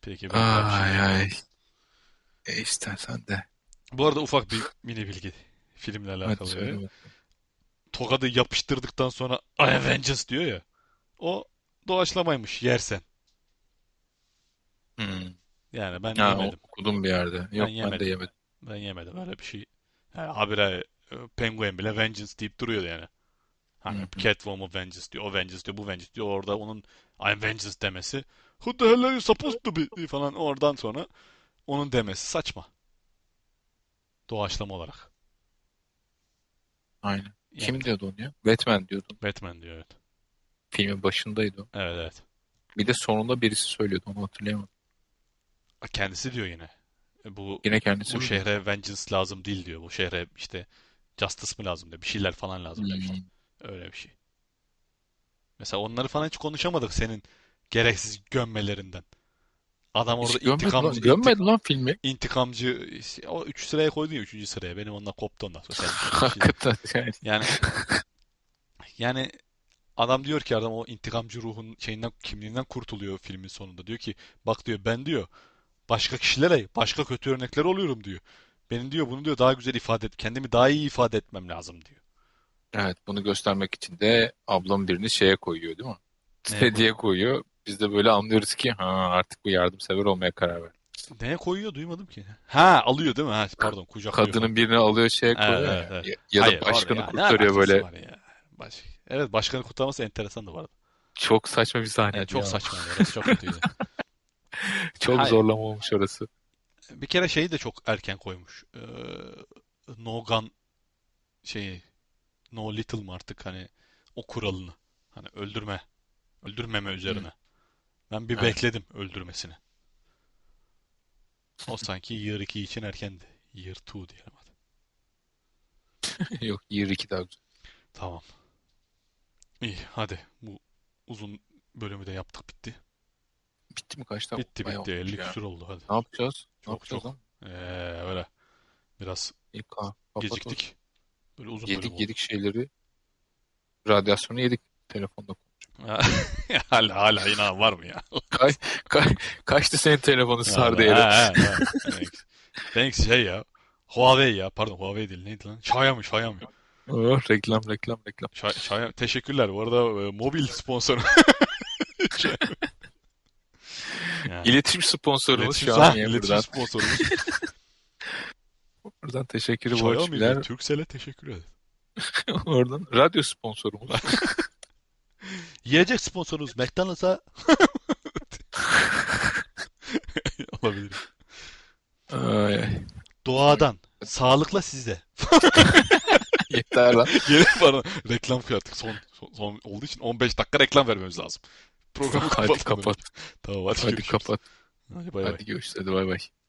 S2: Peki ben daha bir şey
S1: Ay ay.
S2: diyemiyorum.
S1: E, istersen de.
S2: Bu arada ufak bir mini bilgi filmle
S1: Hadi
S2: alakalı öyle.
S1: söyle bakalım.
S2: Tokadı yapıştırdıktan sonra I am vengeance diyor ya. O doğaçlamaymış yersen.
S1: Hmm.
S2: Yani ben
S1: Ha, o-
S2: yemedim.
S1: okudum bir yerde.
S2: Ben
S1: Yok ben de
S2: yemedim.
S1: yemedim.
S2: Ben yemedim öyle bir şey. Yani habire e, Penguin bile Vengeance deyip duruyordu yani. Hani
S1: Hı hı.
S2: Catwoman Vengeance diyor, o Vengeance diyor, bu Vengeance diyor. Orada onun I'm Vengeance demesi. Who the hell are you supposed to be? falan oradan sonra onun demesi saçma. Doğaçlama olarak.
S1: Aynen. Kim
S2: Yemedim.
S1: diyordu onu ya? Batman diyordu.
S2: Batman diyor evet.
S1: Filmin başındaydı o.
S2: Evet evet.
S1: Bir de sonunda birisi söylüyordu onu hatırlayamadım.
S2: Kendisi diyor yine. E, Bu
S1: Yine kendisi
S2: bu
S1: mi diyor?
S2: şehre vengeance lazım değil diyor. Bu şehre işte justice mı lazım diyor. Bir şeyler falan lazım demişti.
S1: Hmm.
S2: Öyle bir şey. Mesela onları falan hiç konuşamadık senin gereksiz gömmelerinden. Adam
S1: Hiç
S2: orada
S1: gömmedi
S2: intikamcı
S1: lan.
S2: intik
S1: Gömmedi lan filmi.
S2: intikamcı o 3 sıraya koydun ya 3. sıraya. Benim ondan koptu ondan sonra senin şeyden.
S1: Hakikaten yani.
S2: Yani yani adam diyor ki adam o intikamcı ruhun şeyinden kimliğinden kurtuluyor filmin sonunda. Diyor ki bak diyor ben diyor başka kişilere, başka kötü örnekler oluyorum diyor. Benim diyor bunu diyor daha güzel ifade et, kendimi daha iyi ifade etmem lazım diyor.
S1: Evet bunu göstermek için de ablam birini şeye koyuyor değil mi?
S2: Neye koy?
S1: Tediye koyuyor. Biz de böyle anlıyoruz ki ha artık bu yardımsever olmaya karar verdi.
S2: Neye koyuyor duymadım ki. Ha alıyor değil mi? Ha, pardon kucaklıyor falan.
S1: Kadının birini alıyor şeye
S2: Evet,
S1: koyuyor
S2: evet,
S1: ya.
S2: evet.
S1: Ya, ya da
S2: Hayır orada
S1: başkanı
S2: ya ne
S1: kurtarıyor
S2: alakası
S1: böyle.
S2: var ya. Baş... Evet başkanı kurtarması enteresan da vardı.
S1: Çok saçma bir
S2: Evet,
S1: sahneydi
S2: çok
S1: Hani ya.
S2: saçmaydı orası çok kötüydü.
S1: Çok
S2: Hayır.
S1: zorlama olmuş orası.
S2: Bir kere şeyi de çok erken koymuş. Ee, no gun şeyi. No little mı artık hani o kuralını. Hani öldürme. Öldürmeme
S1: Hı,
S2: üzerine. Ben bir
S1: evet.
S2: bekledim öldürmesini. O sanki Year 2 için erkendi. Year 2 diyelim hadi.
S1: Yok 22 daha güzel.
S2: Tamam. İyi hadi. Bu uzun bölümü de yaptık bitti.
S1: Bitti mi kaçta?
S2: Bitti
S1: Bayağı
S2: bitti. 50
S1: olmuş ya.
S2: küsür oldu hadi.
S1: Ne yapacağız? Ne
S2: Çok
S1: yapacağız
S2: çok.
S1: lan?
S2: Ee, öyle. Biraz
S1: İyi ka- kapat o.
S2: geciktik. Böyle uzun bölüm
S1: Yedik
S2: oldu.
S1: yedik şeyleri. Radyasyonu yedik. Telefonda konuşuyor.
S2: Hala hala inan var mı ya?
S1: Kay, kay, kaçtı senin telefonu sar
S2: Abi,
S1: değeri?
S2: he, he, he. Thanks. Thanks şey ya. Huawei ya. Pardon Huawei değil. Neydi lan? Xiaomi, Xiaomi.
S1: Oh, reklam reklam reklam.
S2: Xia- Xiaomi. Teşekkürler. Bu arada e, mobil sponsoru. Xiaomi. Yani.
S1: İletişim sponsorumuz
S2: İletişim, ha,
S1: Xiaomi'ye
S2: iletişim
S1: buradan.
S2: sponsorumuz
S1: Buradan teşekkürü
S2: Xiaomi ile
S1: borçlular.
S2: Turkcell'e teşekkür ederiz.
S1: Oradan radyo sponsorumuz.
S2: Yiyecek sponsorumuz McDonald's'a olabilir.
S1: Ay, ay.
S2: Doğadan, sağlıkla sizde.
S1: Yeter lan.
S2: Yeni bana reklam artık son, son, son olduğu için 15 dakika reklam vermemiz lazım. Programı
S1: Hadi
S2: kapatmadan
S1: kapat.
S2: önce. Tamam hadi
S1: Hadi
S2: görüşürüz.
S1: kapat.
S2: Hadi bay bay.
S1: Hadi görüşürüz. Hadi bay bay.